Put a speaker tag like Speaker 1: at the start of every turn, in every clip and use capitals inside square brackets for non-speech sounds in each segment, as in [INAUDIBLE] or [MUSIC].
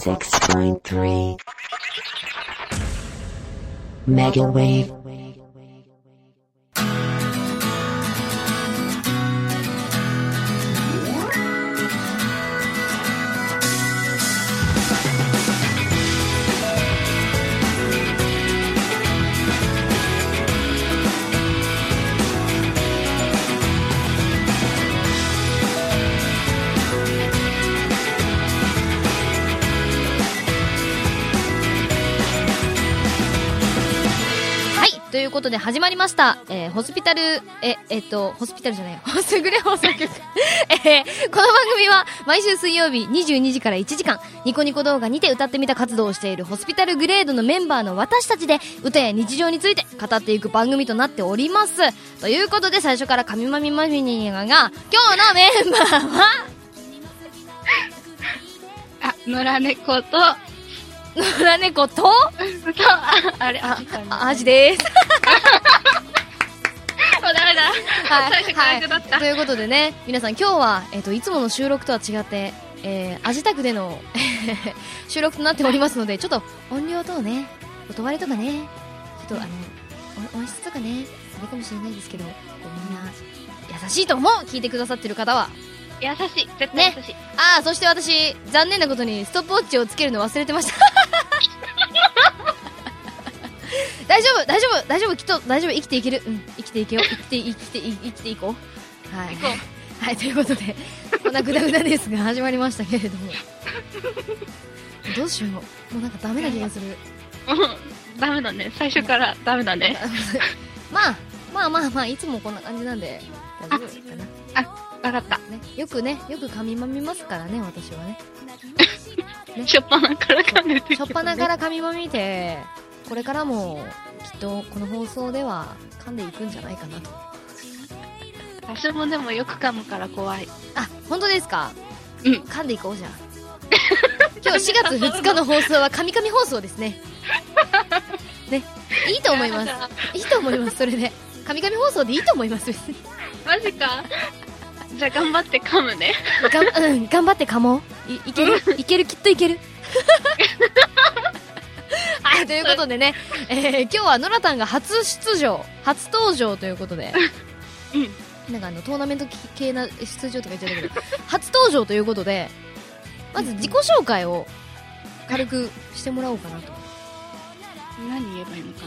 Speaker 1: 76.3 Mega Wave
Speaker 2: はい、ということで始まりました。えーホスピタル、え、えっと、ホスピタルじゃないよ。 [LAUGHS] ホスグレ放送局。えーこの番組は毎週水曜日22時から1時間、ニコニコ動画にて歌ってみた活動をしているホスピタルグレードのメンバーの私たちで歌や日常について語っていく番組となっております。ということで最初から神まみまみにが、今日のメンバー [LAUGHS] は、
Speaker 3: あ、野良猫と、と、
Speaker 2: 野良猫と、
Speaker 3: ああれ、あ、
Speaker 2: あアジです。
Speaker 3: もうダメだ。最初から下った。
Speaker 2: ということでね、皆さん今日は、えっ、と、いつもの収録とは違って、えー、アジタクでの、 [LAUGHS] 収録となっておりますので、ちょっと音量等ね、音割れとかね、ちょっとあの、お音質とかね、あれかもしれないですけど、こうみんな、優しいと思う聞いてくださってる方は。
Speaker 3: 優しい。絶対優しい。
Speaker 2: あー、そして私、残念なことにストップウォッチをつけるの忘れてました。 [LAUGHS] 大丈夫、大丈夫、大丈夫、きっと大丈夫、生きていける。うん、生きていけよう。生きて、生きて、生きていこう。はい。
Speaker 3: 行こ
Speaker 2: はい、ということで、こんなグダグダですが始まりましたけれども。どうしよう。もうなんかダメな気がする。
Speaker 3: う。うんダメだね。最初からダメだね。
Speaker 2: まあ、まあまあまあ、いつもこんな感じなんで、大丈夫かな。
Speaker 3: わかった。
Speaker 2: ね、よくね、よく噛みまみますからね、私はね。
Speaker 3: しょっぱなから噛んでて。
Speaker 2: しょっぱなから噛みまみて、これからも、きっとこの放送では噛んでいくんじゃないかなと。
Speaker 3: 私もでもよく噛むから怖い。
Speaker 2: あ、本当ですか
Speaker 3: うん
Speaker 2: 噛んでいこうじゃん。今日4月2日の放送はカミカミ放送です
Speaker 3: [LAUGHS]
Speaker 2: ね。ね、いいと思います
Speaker 3: や。だ
Speaker 2: いいと思います、それで。カミカミ放送でいいと思います、別に。
Speaker 3: マジか。じゃあ頑張って噛むね。
Speaker 2: がん、うん、頑張ってかもう。い、いけるいけるきっといけ
Speaker 3: [LAUGHS]
Speaker 2: る。はい、ということでね、えー今日はノラタンが初出場、初登場ということで、
Speaker 3: うん。
Speaker 2: なんかあの、トーナメント系な出場とか言っちゃったけど、初登場ということで、まず自己紹介を軽くしてもらおうかなと。
Speaker 3: 何言えばいいのか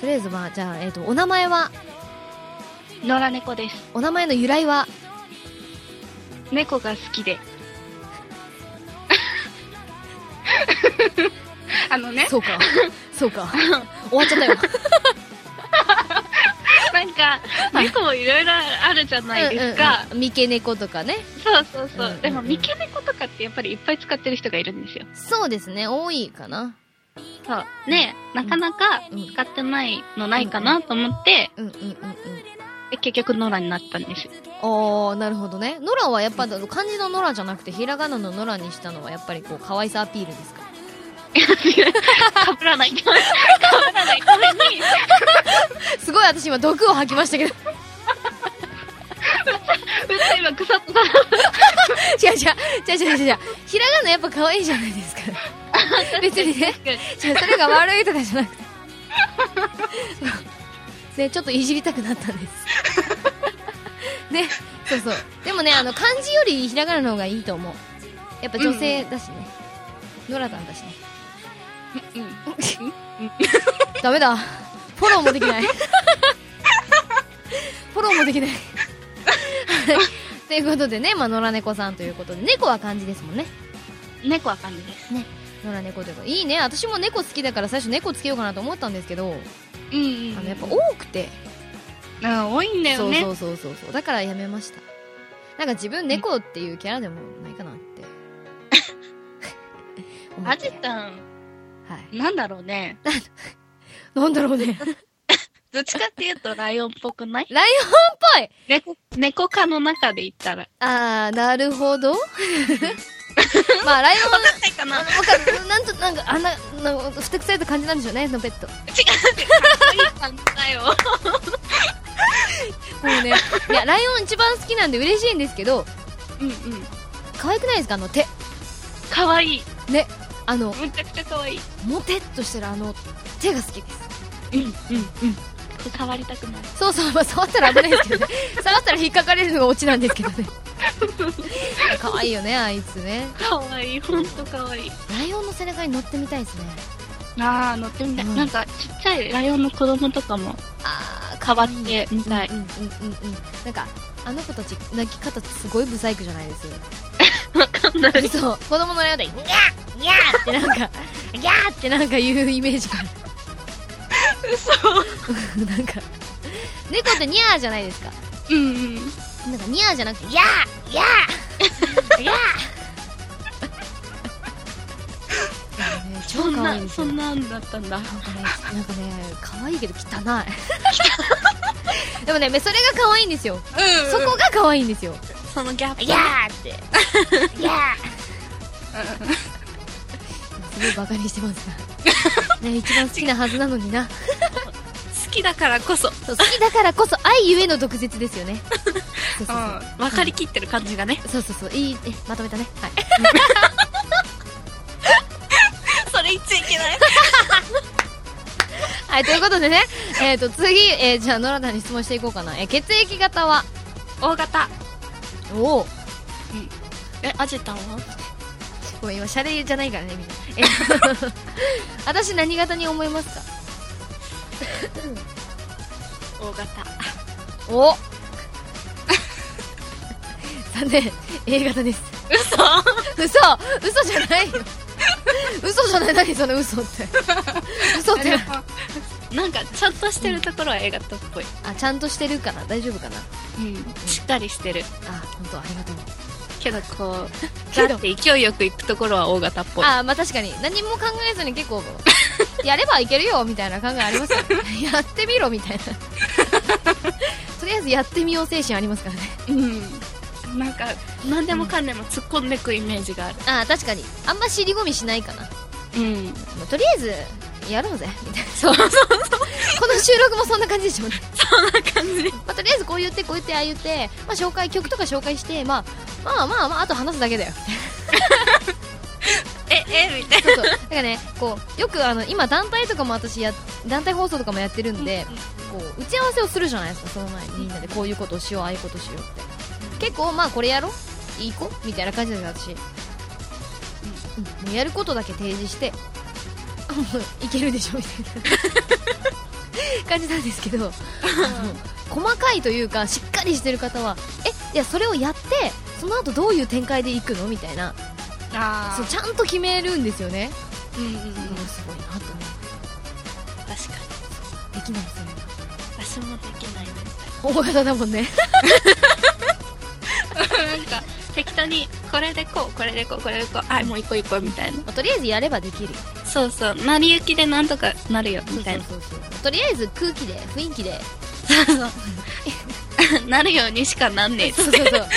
Speaker 2: とりあえずまあ、じゃあ、えっ、と、お名前は、
Speaker 3: な。野良猫です。
Speaker 2: お名前の由来は、
Speaker 3: 猫が好きで。 [LAUGHS] あのね、
Speaker 2: そうか、そう
Speaker 3: [LAUGHS]
Speaker 2: か、終わっちゃったよ。
Speaker 3: なんか、猫もいろいろあるじゃないですか。
Speaker 2: うんうんうん三毛猫とかね。
Speaker 3: そうそうそ
Speaker 2: う
Speaker 3: う。
Speaker 2: んうんうん
Speaker 3: でも、三毛猫とかってやっぱりいっぱい使ってる人がいるんですよ。
Speaker 2: そうですね、多いかな。
Speaker 3: そう。ねなかなか
Speaker 2: うん
Speaker 3: 使ってないのないかなと思って、
Speaker 2: うんうんうんうん。
Speaker 3: で結局ノラになったんですよ。
Speaker 2: あー、なるほどね。ノラはやっぱ、漢字のノラじゃなくて、ひらがなのノラにしたのは、やっぱりこう、可愛さアピールですか。
Speaker 3: かぶらない。かぶらないために、
Speaker 2: [LAUGHS] すごい私今、毒を吐きましたけど。
Speaker 3: うっさ今腐っ
Speaker 2: [LAUGHS]
Speaker 3: た。
Speaker 2: 違う違う違う違う違う違う。ひらがなやっぱ可愛いじゃないです [LAUGHS] か。別にね。違うそれが悪いとかじゃなくて。ね、ちょっといじりたくなったんです。 [LAUGHS] ね、そうそう。でもね、あの、漢字よりひらがなの方がいいと思う。やっぱ女性だしね。ノラさんだしね。ダメだ。フォローもできない。 [LAUGHS] フォローもできない。 [LAUGHS] はいということでね、まあ、野良猫さんということで、猫は漢字ですもんね。
Speaker 3: 猫は感じです。
Speaker 2: 野良猫というか、いいね。私も猫好きだから最初猫つけようかなと思ったんですけど、
Speaker 3: うん、うん。
Speaker 2: あの、やっぱ多くて。
Speaker 3: ぱ、多いんだよね。
Speaker 2: そうそうそうそうそうだからやめましたなんか自分猫っていうキャラでもないかなって
Speaker 3: [LAUGHS]
Speaker 2: 思っ
Speaker 3: ア
Speaker 2: て
Speaker 3: ジタン、
Speaker 2: はい
Speaker 3: なんだろうね。
Speaker 2: なんだろう
Speaker 3: [LAUGHS]
Speaker 2: ね
Speaker 3: どっちかっていうとライオンっぽくない
Speaker 2: ライオンっぽい
Speaker 3: 猫、猫科の中で言ったら。
Speaker 2: あーなるほ
Speaker 3: [LAUGHS]
Speaker 2: どまあライオン
Speaker 3: はいかな
Speaker 2: あのわかるなんとなんかあんななんかふてくされた感じなんでしょうねのペットも
Speaker 3: いい感じだよ。 [LAUGHS]
Speaker 2: うねいやライオン一番好きなんで嬉しいんですけど
Speaker 3: うんうん。
Speaker 2: 可愛くないですかあの手
Speaker 3: かわいい。
Speaker 2: ねあの
Speaker 3: むちゃくちゃかわいい。
Speaker 2: モテっとしてるあの手が好きです
Speaker 3: うん、うん、うん。触りたくなる。
Speaker 2: そうそう、まあ、触ったら危ないですけ
Speaker 3: [LAUGHS]
Speaker 2: どね触ったら引っかかれるのがオチなんですけどね可愛いよねあいつね
Speaker 3: かわいい、ほんとかわいい。
Speaker 2: ライオンの背中に乗ってみたいですね
Speaker 3: あー、乗ってみたい。
Speaker 2: うん
Speaker 3: なんか、ちっちゃいライオンの子供とかも、
Speaker 2: あ
Speaker 3: 変わってみたい。
Speaker 2: うんうんうんうんなんかあの子たち泣き方すごいブサイクじゃないです
Speaker 3: [LAUGHS] わかんない。
Speaker 2: そう子供のライオンで「ギャーギャー!」ってなんか「ギャー!」ってなんか言うイメージがある嘘 [LAUGHS] なんか猫ってニャーじゃないですか
Speaker 3: うん、うん。
Speaker 2: なんかニャーじゃなくて「ギャーギャ [LAUGHS] ー! 」ギャーね超
Speaker 3: そん
Speaker 2: 可愛い
Speaker 3: な、
Speaker 2: です
Speaker 3: そ
Speaker 2: よ
Speaker 3: んなんだったんだ。
Speaker 2: なんかね、なんかね、可愛いけ [LAUGHS] ど汚い。でもね、それが可愛いんですよ。そこが可愛いんですよ。
Speaker 3: そのギャップ。
Speaker 2: ギャーって。ギャー。すごいバカにして [LAUGHS] ますな。ね、一番好きなはずなのにな。
Speaker 3: 好きだからこそ、うん、
Speaker 2: そう好きだからこそ愛ゆえの毒舌ですよ [LAUGHS] ね。そうそうそう。
Speaker 3: 分かりきってる感じがね。
Speaker 2: そうそうそういいえまとめたねはい
Speaker 3: それ言っちゃいけない。
Speaker 2: はいということでねえっ、と次、えーじゃあ野良田に質問していこうかな、えー血液型は
Speaker 3: 大型。
Speaker 2: おお
Speaker 3: え、アジタンは
Speaker 2: ごめん今シャレじゃないからねみんな、え
Speaker 3: [LAUGHS]
Speaker 2: ー私何型に思いますか
Speaker 3: 大型。
Speaker 2: お残念 A 型です
Speaker 3: 嘘
Speaker 2: 嘘嘘じゃないよ嘘じゃない何その嘘って嘘ってな
Speaker 3: [LAUGHS] なんか、ちゃんとしてるところは A 型っぽい。
Speaker 2: あちゃんとしてるかな大丈夫かな
Speaker 3: うん。しっかりしてる。
Speaker 2: あ本当ありがとう
Speaker 3: けど、こう、
Speaker 2: けど
Speaker 3: だって勢いよく行くところは大型っぽい。
Speaker 2: あーまあ確かに何も考えずに結構 [LAUGHS] やればいけるよみたいな考えありますよね [LAUGHS] やってみろみたいなとりあえずやってみよう精神ありますからね
Speaker 3: うん。なんか、何でもかんでも突っ込んでくイメージがある。
Speaker 2: ああ確かにあんま尻込みしないかな、ま
Speaker 3: うん。
Speaker 2: あとりあえずやろうぜみたいなそうそうそう [LAUGHS] この収録も [LAUGHS] そんな感じでしょうね
Speaker 3: 感じ。
Speaker 2: まあ、とりあえずこう言ってこう言ってああ言って、まあ、紹介曲とか紹介して、まあ、まあまあまああと話すだけだよ
Speaker 3: え、え、みたい
Speaker 2: そうそうだからねこうよくあの今団体とかも私や団体放送とかもやってるんでこう打ち合わせをするじゃないですかその前にみんなでこういうことをしようああいうことしようって結構まあこれやろう行こうみたいな感じなんですよ私、うん、もうやることだけ提示して [LAUGHS] あもういけるでしょみたいな感じなんですけど、あの細かいというかしっかりしてる方はえいやそれをやってその後どういう展開で行くのみたいな
Speaker 3: な。あ
Speaker 2: そうちゃんと決めるんですよね、
Speaker 3: うんうんうん。
Speaker 2: うん、すごいなと思
Speaker 3: 確か
Speaker 2: う
Speaker 3: に。
Speaker 2: できないそれが
Speaker 3: 私もできないです。
Speaker 2: 大型だもんね
Speaker 3: なんか適当にこれでこうこれでこうこれでこうあもう一個一個みたいな
Speaker 2: まあとりあえずやればできるよ
Speaker 3: そうそう成り行きでなんとかなるよみたいな
Speaker 2: そうそうそうそうとりあえず空気で雰囲気で
Speaker 3: なるようにしかなんね
Speaker 2: [LAUGHS]
Speaker 3: え
Speaker 2: そうそうそう打ち合わ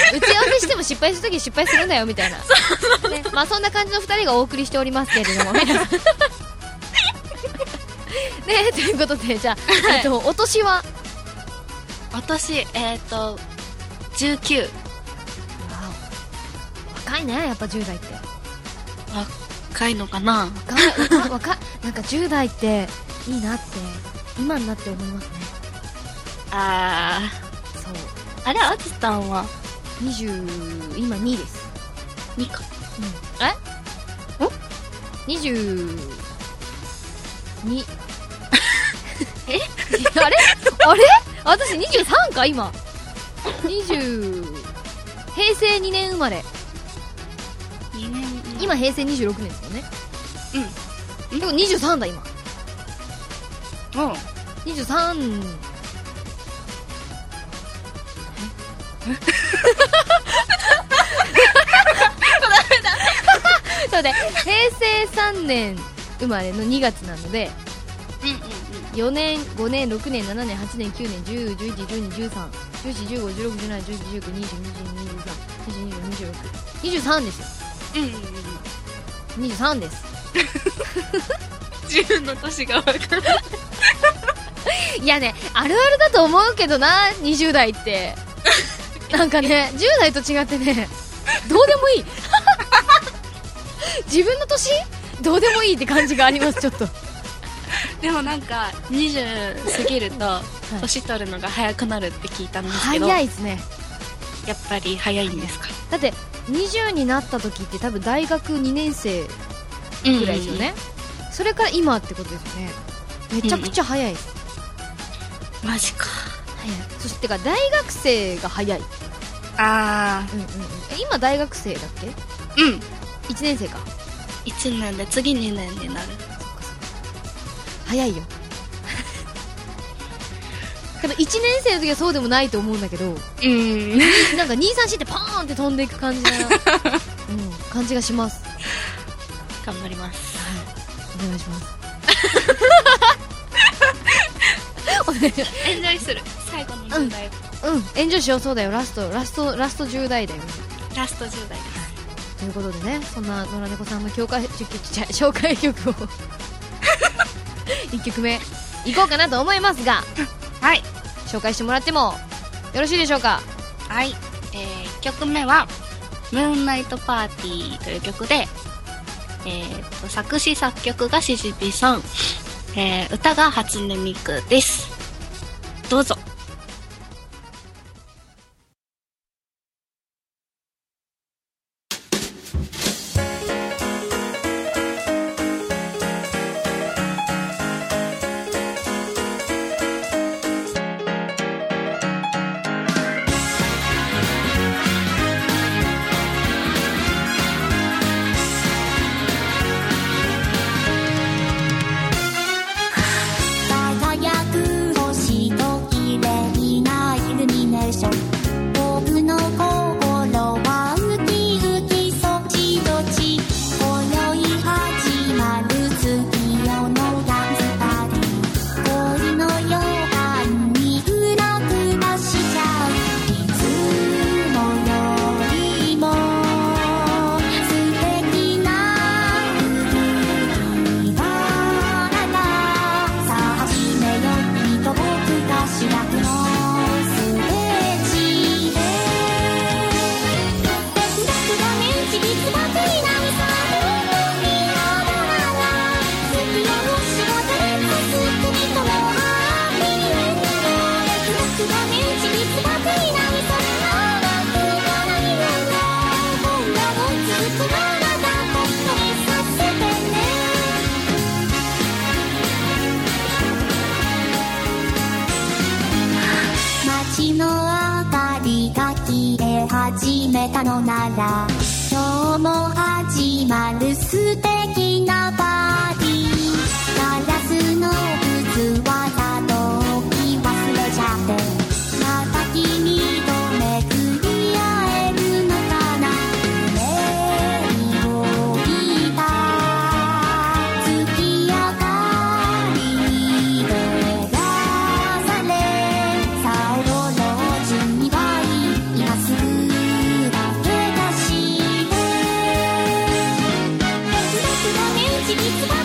Speaker 2: せしても失敗するとき失敗するんだよみたいなねまあそんな感じの2人がお送りしておりますけれ [LAUGHS] ども皆さんねということでじゃあ、
Speaker 3: はい
Speaker 2: えっと、お年は
Speaker 3: 私えっ、と19
Speaker 2: 若いねやっぱ10代って
Speaker 3: 若いのかな
Speaker 2: 若い若い若いなんか10代っていいなって今になって思いますね
Speaker 3: あ
Speaker 2: そう
Speaker 3: ーあれあずたんは
Speaker 2: 20今2です
Speaker 3: 2か
Speaker 2: うん、えお22え [LAUGHS] あれあれ私23か今20平成2年生まれ
Speaker 3: 2年
Speaker 2: 今平成26年ですよね
Speaker 3: うん
Speaker 2: でも23だ今
Speaker 3: もう
Speaker 2: [LAUGHS] 23えダメだ平成3年生まれの2月なので
Speaker 3: うんうんうん
Speaker 2: 4年5年6年7年8年9年1 0 1 1 1 2 1 3 1 4 1 5 1 6 1 7 1 8 1 9 2 0 2 1 2 2 2 3 2 2 2 2 6 23ですよ
Speaker 3: うんうんうん
Speaker 2: 23です
Speaker 3: 自分の年が分かる
Speaker 2: いやねあるあるだと思うけどな20代ってなんかね10代と違ってねどうでもい [LAUGHS] い自分の年どうでもいいって感じがありますちょっと
Speaker 3: でもなんか20過ぎると
Speaker 2: い
Speaker 3: 年取るのが早くなるって聞いたんですけど、
Speaker 2: 早いですね
Speaker 3: やっぱり早いんですか
Speaker 2: だって20になった時って多分大学2年生ぐらいですよね、それから今ってことですよねめちゃくちゃ早いです、
Speaker 3: マジか
Speaker 2: 早いそしてか大学生が早い、うん
Speaker 3: あ
Speaker 2: うんうん、え今大学生だっけ
Speaker 3: ーうん
Speaker 2: 1年生か
Speaker 3: 1年で次2年になる
Speaker 2: 早いよけど1年生の時はそうでもないと思うんだけ [LAUGHS] ど
Speaker 3: うん
Speaker 2: なんか234ってパーンって飛んでいく感じ [LAUGHS] な、うん、感じがします
Speaker 3: 頑張ります
Speaker 2: お願いします [LAUGHS] お願いします
Speaker 3: エンジョイする最後の10代、
Speaker 2: うん、エンジョイしようそうだよ、ラスト、ラスト、ラスト10代だよ。
Speaker 3: ラスト10代です
Speaker 2: ということでね、そんな野良猫さんの教会、ちょちょちょ紹介曲 [LAUGHS] を、1曲目、いこうかなと思いますが、
Speaker 3: はい
Speaker 2: 紹介してもらっても、よろしいでしょうか
Speaker 3: はい、えー、1曲目は「ムーンナイトパーティー」という曲で、えー、と作詞作曲がシジピさん、えー、歌が初音ミクですどうぞ
Speaker 4: 輝く星と綺麗なイルミネーション僕の心はウキウキそっちどっち今宵始まる月夜のダンスパーティー恋の予感にうらくらしちゃういつもよりも素敵な「さあ始めようきっと僕が主役」「のステージで」「哲学がねちびつばくになるさ」「みんなもなら」「月を仕事でつくりともハッピーエンド」「哲学がねちびつばくになるさ」「僕が何を今後もずっとまだだと一させてね」街の明かりが消え始めたのなら今日も始まる素敵なパーティーガラスの器だと置き忘れちゃってまた君と巡り合えるのかな夢を見た月明かりで出されさあ踊ろう準備はい今すぐだけだし「哲学が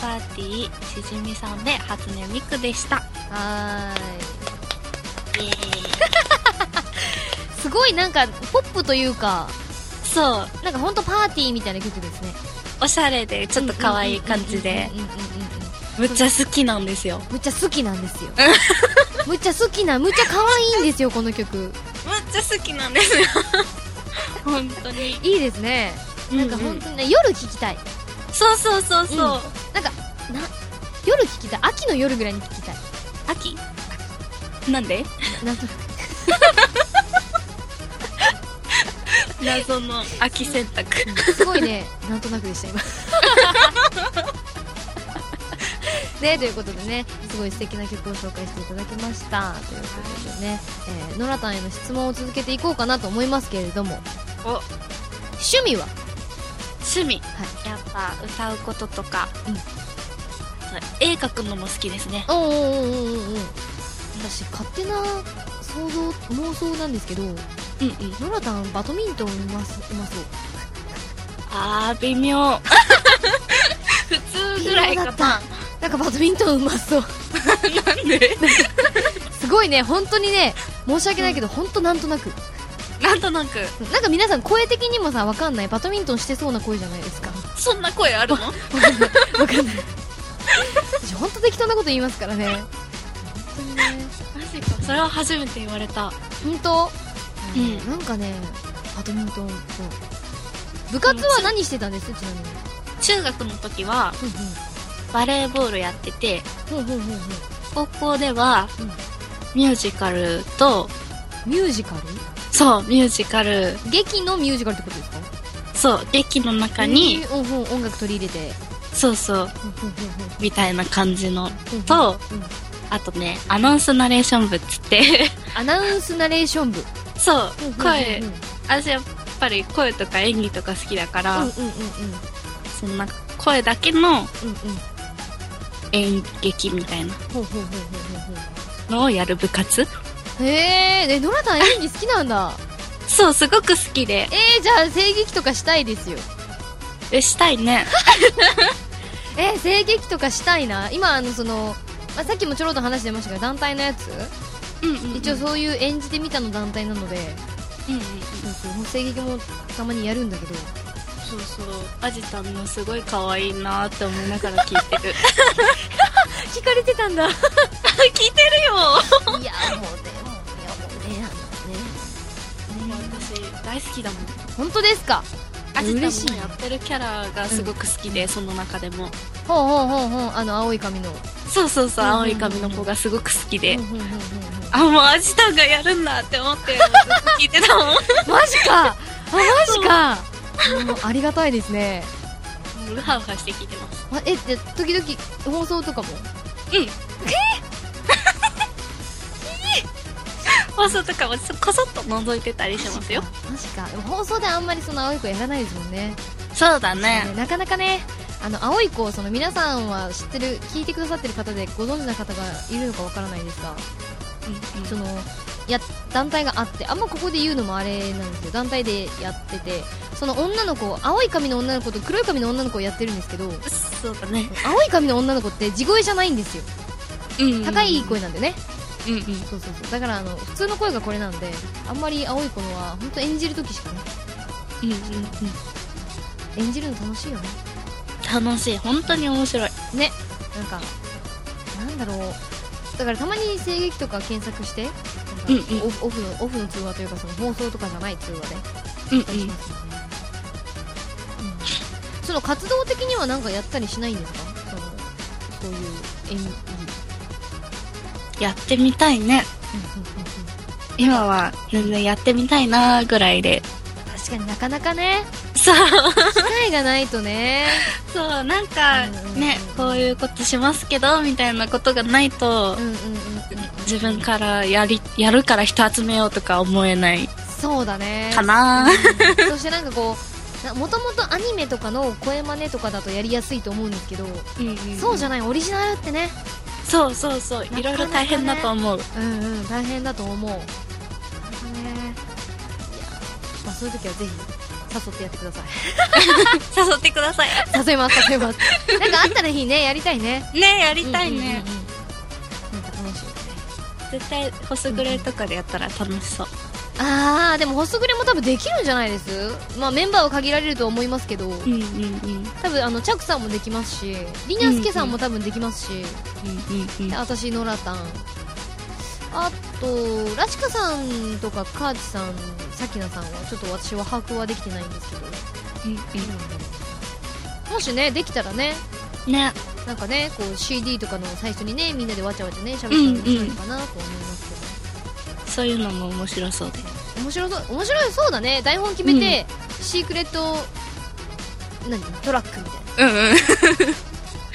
Speaker 3: パーティーしじみさんで初音ミクでした
Speaker 2: はーい
Speaker 3: イエーイ
Speaker 2: すごいなんかポップというか
Speaker 3: そう
Speaker 2: なんかほんとパーティーみたいな曲ですね
Speaker 3: おしゃれでちょっと可愛い感じで
Speaker 2: うんうんうんうんうんうん
Speaker 3: むっちゃ好きなんですよ
Speaker 2: むっちゃ好きなんですよ [LAUGHS] むっちゃ好きなむっちゃ可愛いんですよこの曲
Speaker 3: むっちゃ好きなんですよ [LAUGHS] 本当に
Speaker 2: いいですねなんか本当にね夜聴きたい
Speaker 3: そうそうそう
Speaker 2: う
Speaker 3: そう、
Speaker 2: んなんかな夜聴きたい秋の夜ぐらいに聴きたい
Speaker 3: 秋なんで
Speaker 2: なんとなく
Speaker 3: 謎の秋選択
Speaker 2: すごいね、なんとなくでした、今。ね、ということでね、すごい素敵な曲を紹介していただきました。ということでね、えー、ノラタンへの質問を続けていこうかなと思いますけれども。
Speaker 3: お
Speaker 2: 趣味は
Speaker 3: 趣味、やっぱ歌うこととか、
Speaker 2: うん
Speaker 3: 絵描くのも好きですね
Speaker 2: おうおうおうおうおう私、勝手な想像、妄想なんですけど、
Speaker 3: うんうん
Speaker 2: ノラタン、バドミントンうます、うまそう。
Speaker 3: あー微妙 [LAUGHS] 普通ぐらいかな
Speaker 2: なんかバドミントンうまそう。
Speaker 3: なんです
Speaker 2: ごいね、本当にね、申し訳ないけど、本当なんとなく。
Speaker 3: なんとなく
Speaker 2: なんか皆さん声的にもさわかんないバドミントンしてそうな声じゃないですか
Speaker 3: そんな声あるの
Speaker 2: わかんない私本当適当なこと言いますからね本当にね
Speaker 3: マジかそれは初めて言われた
Speaker 2: 本当、
Speaker 3: うん
Speaker 2: なんかねバドミントンそう部活は何してたんですちなみに
Speaker 3: 中学の時はバレーボールやってて
Speaker 2: ほうほうほうほうほうほ
Speaker 3: 高校では、
Speaker 2: うん
Speaker 3: ミュージカルと
Speaker 2: うミュージカル
Speaker 3: そうミュージカル
Speaker 2: 劇のミュージカルってことですか
Speaker 3: そう劇の中に、
Speaker 2: えーうんほう音楽取り入れて
Speaker 3: そうそう
Speaker 2: ほうほうほうほう
Speaker 3: みたいな感じの
Speaker 2: ほうほう
Speaker 3: とあとねアナウンスナレーション部っつって [LAUGHS]
Speaker 2: アナウンスナレーション部
Speaker 3: そう
Speaker 2: ほうほうほうほう
Speaker 3: 声私やっぱり声とか演技とか好きだから、
Speaker 2: うんうん
Speaker 3: そんな声だけの
Speaker 2: うんうんうんうん
Speaker 3: 演劇みたいな
Speaker 2: ほうほうほうほうほうほう
Speaker 3: のをやる部活
Speaker 2: へえ、ね、ノラタン演技好きなんだ。 [LAUGHS]
Speaker 3: そうすごく好きで
Speaker 2: えー、じゃあ、声劇とかしたいですよ。
Speaker 3: えしたいね
Speaker 2: えー、声劇とかしたいな。今、あの、その、まあ、さっきもちょろっと話してましたが、団体のやつ、
Speaker 3: うんうん、うん、
Speaker 2: 一応そういう演じてみたの団体なので、
Speaker 3: うんうんうん
Speaker 2: そうそう、声劇もたまにやるんだけど、
Speaker 3: そうそうアジタンのすごい可愛いなって思いながら聞いてる
Speaker 2: [LAUGHS] 聞かれてたん [LAUGHS] だ。いや、
Speaker 3: 聞いてるよ
Speaker 2: もうね、もう、いや、もうね、あのね。ね
Speaker 3: 私大好きだもん
Speaker 2: 本当ですか
Speaker 3: アジ
Speaker 2: 嬉しい
Speaker 3: タンのやってるキャラがすごく好きで、その中でも
Speaker 2: ほうほうほうほう、あの、青い髪の。
Speaker 3: そうそうそう
Speaker 2: うんうんうん
Speaker 3: 青い髪の子がすごく好きで、
Speaker 2: うんうんうんうんうん
Speaker 3: あもうアジタンがやるんだって思 [LAUGHS] ってずっと聞いてたもんも
Speaker 2: マジかあ、マジかもうありがたいですね。
Speaker 3: うウハウハして聞いてます
Speaker 2: あえって時々放送とかも
Speaker 3: 放送とかもそこそっと覗いてたりしますよ
Speaker 2: マジかでも放送であんまりその青い子やらないですもんね
Speaker 3: そうだ
Speaker 2: ねなかなかねあの青い子をその皆さんは知ってる聞いてくださってる方でご存知な方がいるのかわからないですが
Speaker 3: うんうん
Speaker 2: そのや団体があってあんまここで言うのもあれなんですよ団体でやっててその女の子青い髪の女の子と黒い髪の女の子をやってるんですけど
Speaker 3: そうだね、
Speaker 2: 青い髪の女の子って地声じゃないんですよ
Speaker 3: うん
Speaker 2: 高い声なんでね
Speaker 3: うんうん
Speaker 2: そうそうそうだからあの普通の声がこれなんであんまり青い子のは本当演じる時しかね
Speaker 3: うんうん
Speaker 2: 演じるの楽しいよね
Speaker 3: 楽しい本当に面白い
Speaker 2: ねなんかなんだろうだからたまに声劇とか検索してなんか
Speaker 3: うんうん
Speaker 2: オフオフのオフの通話というかその放送とかじゃない通話で
Speaker 3: うん
Speaker 2: や
Speaker 3: う
Speaker 2: ったりしますよね、うんその活動的にはなんかやったりしないんですかそのそういう演技、うんうん
Speaker 3: やってみたいね
Speaker 2: うんうん
Speaker 3: 今は全然やってみたいなぐらいで
Speaker 2: 確かになかなかね
Speaker 3: そう
Speaker 2: 機会がないとね
Speaker 3: そうなんかねこういうことしますけどみたいなことがない
Speaker 2: う
Speaker 3: と
Speaker 2: んうんうんうん
Speaker 3: 自分からやりやるから人集めようとか思えない
Speaker 2: そうだね
Speaker 3: かな
Speaker 2: うんそしてなんかこうもともとアニメとかの声真似とかだとやりやすいと思うんですけど、そうじゃ
Speaker 3: ない
Speaker 2: ないオリジナルってね
Speaker 3: そうそうそう
Speaker 2: かなかね
Speaker 3: いろいろ大変だと思う
Speaker 2: うんうん大変だと思うなかなかねいや、まあ、そういう時はぜひ誘ってやってください
Speaker 3: 誘ってください
Speaker 2: [LAUGHS] 誘います誘い [LAUGHS] ますなんかあったらいいねやりたいね
Speaker 3: ねやりたいね、
Speaker 2: うんうんうんうんなんか楽しいね
Speaker 3: 絶対ホスグレとかでやったら楽しそう、
Speaker 2: あーでもホスグレも多分できるんじゃないですまあメンバーは限られるとは思いますけど、
Speaker 3: うんうんうん
Speaker 2: 多分あのチャクさんもできますしりにゃすけさんも多分できますし、
Speaker 3: うんうん
Speaker 2: で
Speaker 3: うん
Speaker 2: 私ノラタンあとラチカさんとかカーチさんさきなさんはちょっと私は把握はできてないんですけど、もしねできたらね
Speaker 3: ね
Speaker 2: なんかねこう CD とかの最初にねみんなでわちゃわちゃね喋ったら面白いかなと思いますけど、
Speaker 3: そういうのも面白そうで
Speaker 2: 面白そう面白いそうだね台本決めて、シークレット何トラックみたいな
Speaker 3: うんうん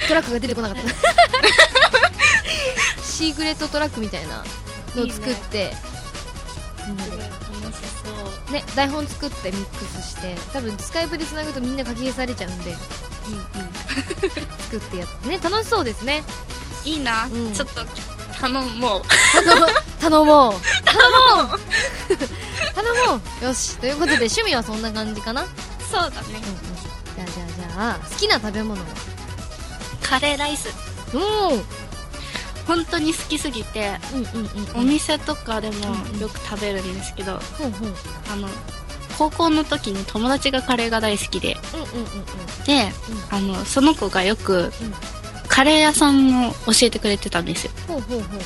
Speaker 2: トラックが出てこなかった [LAUGHS] シークレットトラックみたいなのを作ってみんなで
Speaker 3: 楽しそ
Speaker 2: ね台本作ってミックスして多分スカイプでつなぐとみんな書き消されちゃうんで
Speaker 3: う、うんうん、
Speaker 2: [LAUGHS] 作ってやってね楽しそうですね
Speaker 3: いいな、
Speaker 2: うん
Speaker 3: ちょっと頼もう
Speaker 2: 頼もう頼もう頼もう頼もうよしということで趣味はそんな感じかな、うんうん、
Speaker 3: そうだね
Speaker 2: じゃあじゃあじゃあ好きな食べ物は
Speaker 3: カレーライス
Speaker 2: うん
Speaker 3: 本当に好きすぎて
Speaker 2: うんうんうん
Speaker 3: お店とかでも
Speaker 2: うんうん
Speaker 3: よく食べるんですけど、
Speaker 2: ほうほううん
Speaker 3: あの高校の時に友達がカレーが大好きで
Speaker 2: うんうんうん
Speaker 3: であのその子がよく
Speaker 2: うん
Speaker 3: カレー屋さんを教えてくれてたんですよ
Speaker 2: ほうほうほうほう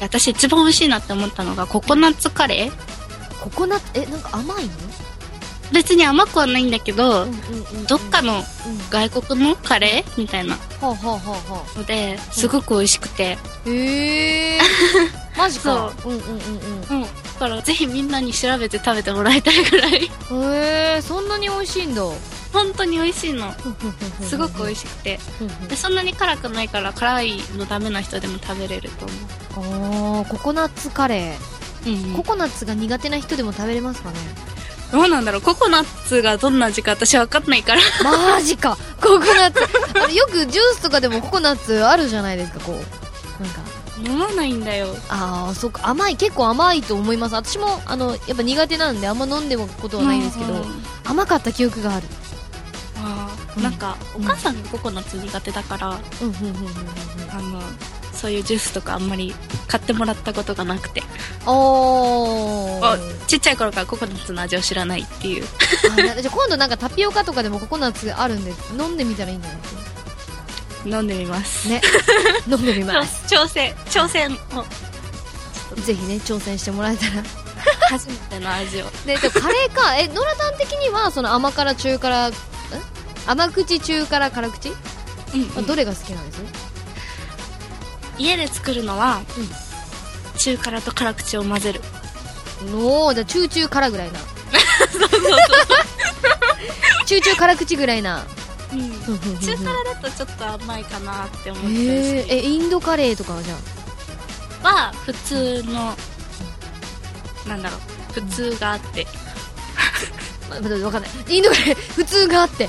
Speaker 3: 私一番美味しいなって思ったのがココナッツカレー
Speaker 2: ココナッツえなんか甘いの
Speaker 3: 別に甘くはないんだけど、どっか
Speaker 2: の、
Speaker 3: の
Speaker 2: うん、
Speaker 3: 外国のカレーみたいな
Speaker 2: ほうほうほうほ
Speaker 3: のですごく美味しくて、
Speaker 2: う [LAUGHS] へえマジかうんうん
Speaker 3: うん、だからぜひみんなに調べて食べてもらいたいぐらい [LAUGHS]
Speaker 2: うんうんへえそんなに美味しいんだ
Speaker 3: 本当に美味しいのすごく美
Speaker 2: 味しい
Speaker 3: 味しくてでそんなに辛くないから辛いのダメな人でも食べれると思
Speaker 2: あーココナッツカレ
Speaker 3: う、
Speaker 2: ーココナッツが苦手な人でも食べれますかね
Speaker 3: どうなんだろうココナッツがどんな味か私わかんないから
Speaker 2: マジかココナッツあれよくジュースとかでもココナッツあるじゃないですかこうなんか
Speaker 3: 飲まないんだよ
Speaker 2: ああそうか甘い結構甘いと思います私もあのやっぱ苦手なんであんま飲んでもことはないんですけど、
Speaker 3: うん
Speaker 2: 甘かった記憶がある
Speaker 3: あー
Speaker 2: うん
Speaker 3: なんかお母さんがココナッツ苦手だから、
Speaker 2: うんうんうんうんうんうん
Speaker 3: あのそういうジュースとかあんまり買ってもらったことがなくて
Speaker 2: おー
Speaker 3: あちっちゃい頃からココナッツの味を知らないっていう
Speaker 2: あな [LAUGHS] じゃあ今度なんかタピオカとかでもココナッツあるんで飲んでみたらいいんじゃないですか
Speaker 3: 飲んでみます
Speaker 2: ね飲んでみます
Speaker 3: 挑戦挑戦の [LAUGHS]
Speaker 2: ぜひね挑戦してもらえたら
Speaker 3: 初めての味を
Speaker 2: ででもカレーかえノラタン的にはその甘辛中辛ん甘口中辛辛口、
Speaker 3: うんうん
Speaker 2: どれが好きなんです
Speaker 3: 家で作るのは、
Speaker 2: うん
Speaker 3: 中辛と辛口を混ぜる
Speaker 2: おーじゃあ中中辛ぐらいな中中辛口ぐらいな
Speaker 3: うん中辛だとちょっと甘いかなって思ってる
Speaker 2: へー
Speaker 3: し、
Speaker 2: えインドカレーとかはじゃあ
Speaker 3: は普通の、なんだろう普通があって
Speaker 2: ままだわかんないインドカレー普通があって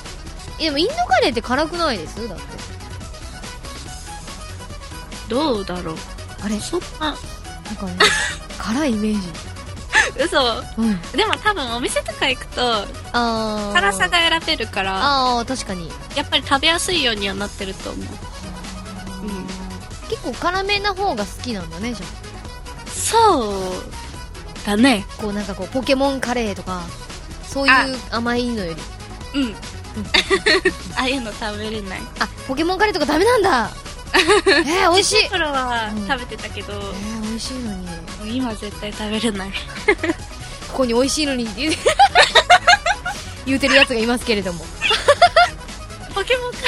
Speaker 2: えでもインドカレーって辛くないですだって
Speaker 3: どうだろう
Speaker 2: あれ
Speaker 3: そんな
Speaker 2: なんかね辛いイメージ
Speaker 3: 嘘
Speaker 2: うん
Speaker 3: でも多分お店とか行くと
Speaker 2: あー
Speaker 3: 辛さが選べるから
Speaker 2: あー確かに、
Speaker 3: やっぱり食べやすいようにはなってると思ううん
Speaker 2: 結構辛めな方が好きなんだねじゃ
Speaker 3: そうだね
Speaker 2: あこうなんかこうポケモンカレーとかそういう甘いのより
Speaker 3: うん [LAUGHS] ああいうの食べれない
Speaker 2: あポケモンカレーとかダメなんだえー、美味しい、え
Speaker 3: 頃は
Speaker 2: うん
Speaker 3: 食べてたけど、
Speaker 2: ー、美味しいのに
Speaker 3: もう今絶対食べれない
Speaker 2: ここに美味しいのにって [LAUGHS] 言う言うてるやつがいますけれども
Speaker 3: ポケモンカ
Speaker 2: い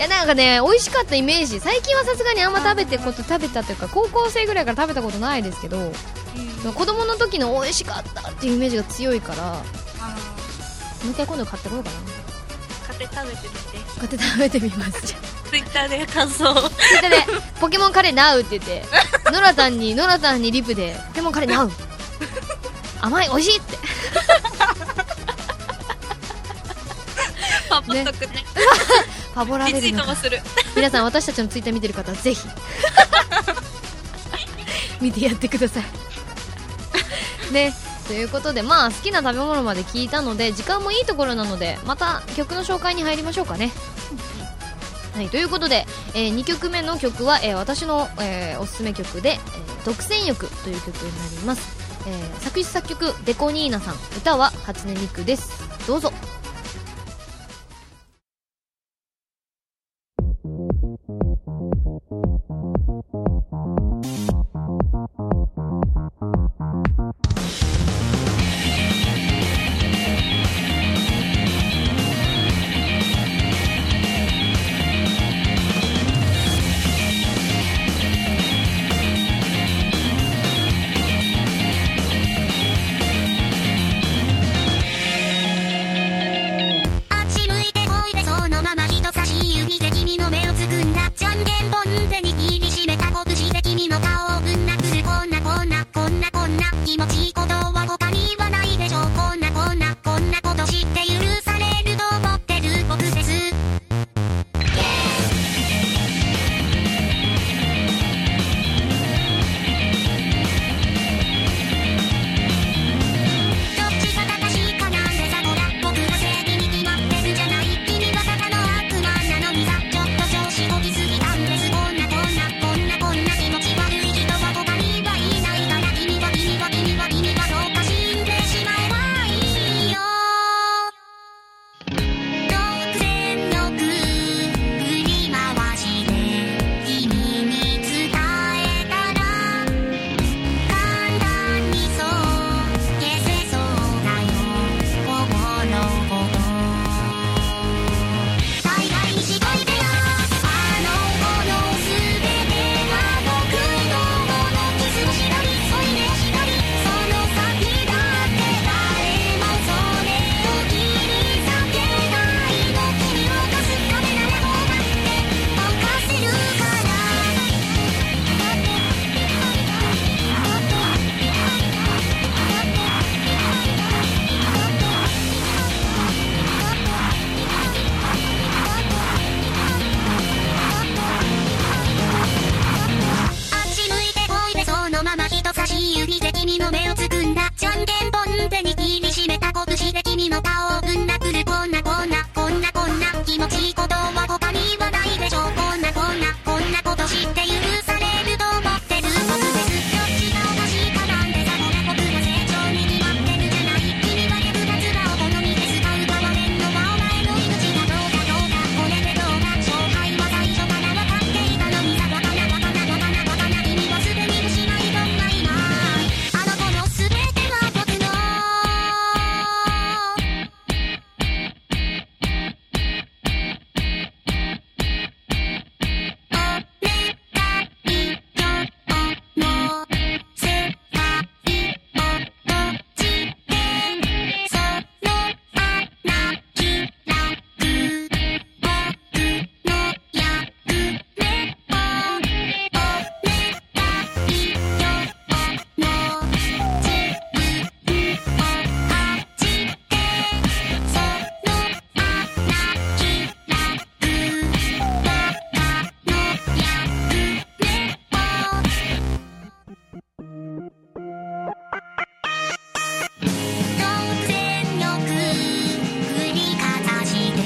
Speaker 2: やなんかね美味しかったイメージ最近はさすがにあんま食べてこと食べたというか高校生ぐらいから食べたことないですけど
Speaker 3: レー、
Speaker 2: 子供の時の美味しかったっていうイメージが強いからも
Speaker 3: あ
Speaker 2: う一回今度買ってこようかな
Speaker 3: ー買って食べてみて
Speaker 2: 買って食べてみますじゃあ
Speaker 3: ツイッターで感想を
Speaker 2: それでね「ポケモンカレーナウ」って言ってノラタンにノラタンにリプで「ポケモンカレーナウ」甘い美味しいって
Speaker 3: [LAUGHS] パパとくね
Speaker 2: パボら
Speaker 3: リ
Speaker 2: れ
Speaker 3: ツイ
Speaker 2: る
Speaker 3: ー
Speaker 2: の
Speaker 3: トも
Speaker 2: か
Speaker 3: する
Speaker 2: 皆さん私たちのツイッター見てる方はぜ [LAUGHS] ひ見てやってくださいねということでまあ好きな食べ物まで聞いたので時間もいいところなのでまた曲の紹介に入りましょうかねはいということで、え2曲目の曲は、えー私の、えーおすすめ曲で「えー独占欲」という曲になります、えー作詞作曲デコニーナさん歌は初音ミクですどうぞ
Speaker 4: あっち向いておいでそのまま人差し指で君の目をつくんだじゃんけんぽんで握りしめた拳で君の顔をぶんなくすこんなこんなこんなこんな気持ちいいことは他にはないでしょうこんなこんなこんなこと知って許されると思ってる僕ですどっちが正しいかなんてさほら僕のせいに決まってるじゃない君はただの悪魔なのにさちょっと調子こきすぎたんですこんなこんなこんなこんな気持ち悪い人は他にはいないから君は君は君は君はどうか死んでしまえばいいよ独占のく振り回して君に伝えたら簡単にそう消せそうだよ心の中こと大概にしといてよあの子のすべては僕のものキスをしないそいでしないその先だって誰もそれを切り裂けないの君を犯すためならどうだって犯せるからあっち向いておいでそのまま人差し指で君の目をつくんだじゃんけんぽんで握りしめた拳で君の顔をぶん殴るこんなこんなこんなこんな気持ちいいことは他にはないでしょうこんなこんなこんなこと知って許されると思ってる僕ですどっちがおかしいかなんてさほら僕が成長に決まってるじゃない君は手ぶらつがお好みです買う買われんのはお前の命がどうかどうかこれでどうか勝敗は最初から分かっていたのにさバカなバカなバカなバカな君はすでに失いどんないないあの子の全ては僕のお願いよこの世界を閉じてその穴開く僕の役目をお願いよこの自分をはじてその穴開く「のやくねを」「どう全力振りかざして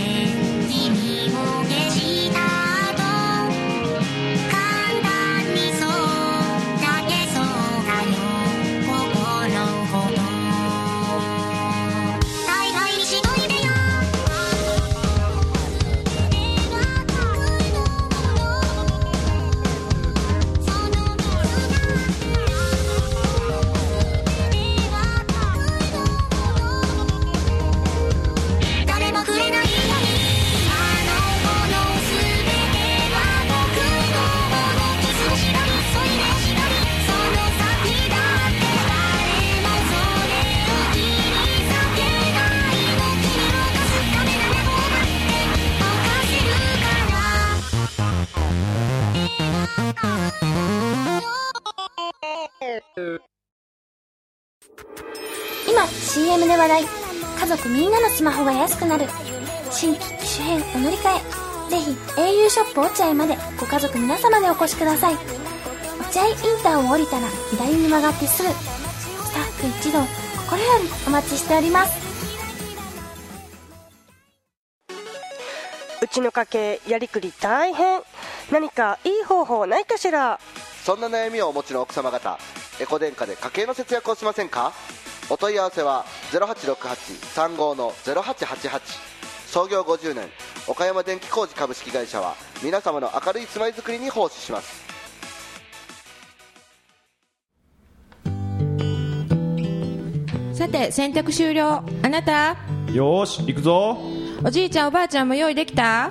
Speaker 4: 君を消した後」「簡単にそうだけそうだよ心のこと」「大概にしといてよ」「そのまま人差し指で君の目をつくんだ」「誰も触れないように」「あの子のすべては僕のもの」「キスをしないそいでしないその先だって誰もそれを切り裂けないの」「君を犯すためならどうだって犯せるから」
Speaker 5: 今 CM で話題家族みんなのスマホが安くなる新規機種変お乗り換えぜひ au ショップ落合までご家族皆様でお越しください落合インターを降りたら左に曲がってすぐスタッフ一同心よりお待ちしております
Speaker 6: うちの家計やりくり大変何かいい方法ないかしら
Speaker 7: そんな悩みをお持ちの奥様方エコ電化で家計の節約をしませんかお問い合わせは0868-35の0888創業50年岡山電気工事株式会社は皆様の明るい住まいづくりに奉仕します
Speaker 8: さて洗濯終了あなた
Speaker 9: よーし行くぞ
Speaker 8: おじいちゃんおばあちゃんも用意できた
Speaker 4: わ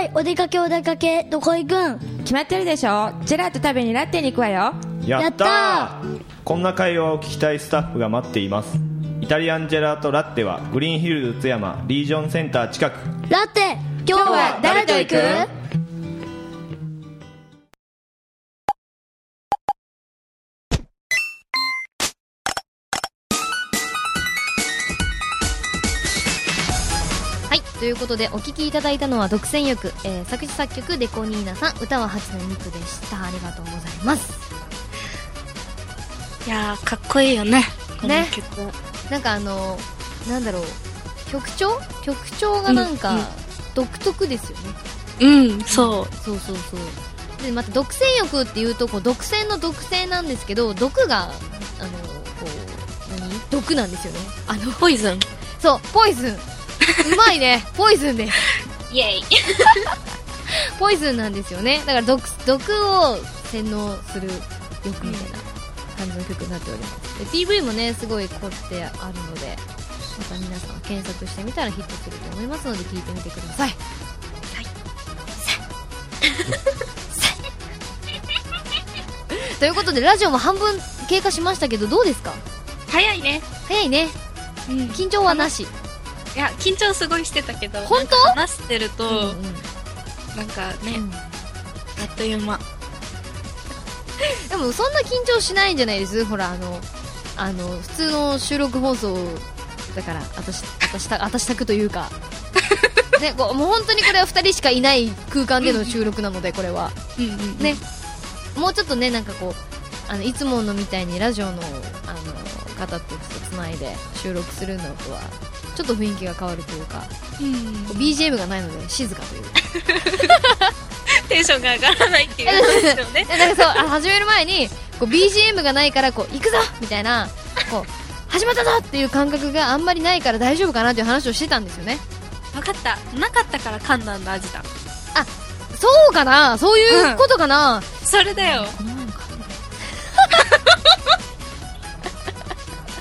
Speaker 4: ーいお出かけお出かけどこ行くん
Speaker 8: 決まってるでしょジェラート食べにラッテに行くわよ
Speaker 9: やった
Speaker 4: や
Speaker 9: ーこんな会話を聞きたいスタッフが待っていますイタリアンジェラートラッテはグリーンヒルズ津山リージョンセンター近く
Speaker 4: ラテ今日は誰と行く
Speaker 2: はい、ということでお聴きいただいたのは独占欲、えー作詞作曲デコニーナさん歌は8のミットでしたありがとうございます
Speaker 3: いやーかっこいいよねこの
Speaker 2: ね
Speaker 3: 曲、
Speaker 2: なんかあのーなんだろう曲調曲調がなんか
Speaker 3: うんうん
Speaker 2: 独特ですよね、
Speaker 3: うんそう
Speaker 2: そうそうそうでまた独占欲っていうとこう独占の独占なんですけど毒があのこう何毒なんですよねあの
Speaker 3: ポイズン
Speaker 2: そうポイズンうまいねポイズンです
Speaker 10: イエイ。
Speaker 2: ポイズンなんですよねだから毒毒を洗脳する欲みたいな感じの曲になっておりますで PV もねすごい凝ってあるのでまた皆さん検索してみたらヒットすると思いますので聞いてみてくださいはいということでラジオも半分経過しましたけどどうですか
Speaker 3: 早いね
Speaker 2: 早いね
Speaker 3: うんい
Speaker 2: 緊張はなし
Speaker 3: や緊張すごいしてたけど
Speaker 2: 本当
Speaker 3: なんか話してると、
Speaker 2: うんうん
Speaker 3: なんか
Speaker 2: う
Speaker 3: ね
Speaker 2: ん
Speaker 3: あっという間
Speaker 2: でもそんな緊張しないんじゃないですほらあのあの普通の収録放送だから私私た私たくという
Speaker 3: [LAUGHS]
Speaker 2: かねこうもう本当にこれは2人しかいない空間での収録なのでこれは
Speaker 3: うんうん
Speaker 2: ねもうちょっとねなんかこうあのいつものみたいにラジオのあの方ってつないで収録するのとはちょっと雰囲気が変わるというか
Speaker 3: うん
Speaker 2: こう BGM がないので静かという
Speaker 3: テンションが上がらないっていうことですよね [LAUGHS]
Speaker 2: でなんかそうあ始める前にこう BGM がないからこう行くぞみたいなこう始まったぞっていう感覚があんまりないから大丈夫かなっていう話をしてたんですよね
Speaker 3: 分かったなかったからカンナンの味だ
Speaker 2: そうかなそういうことかな、
Speaker 3: それだよ
Speaker 2: この前の感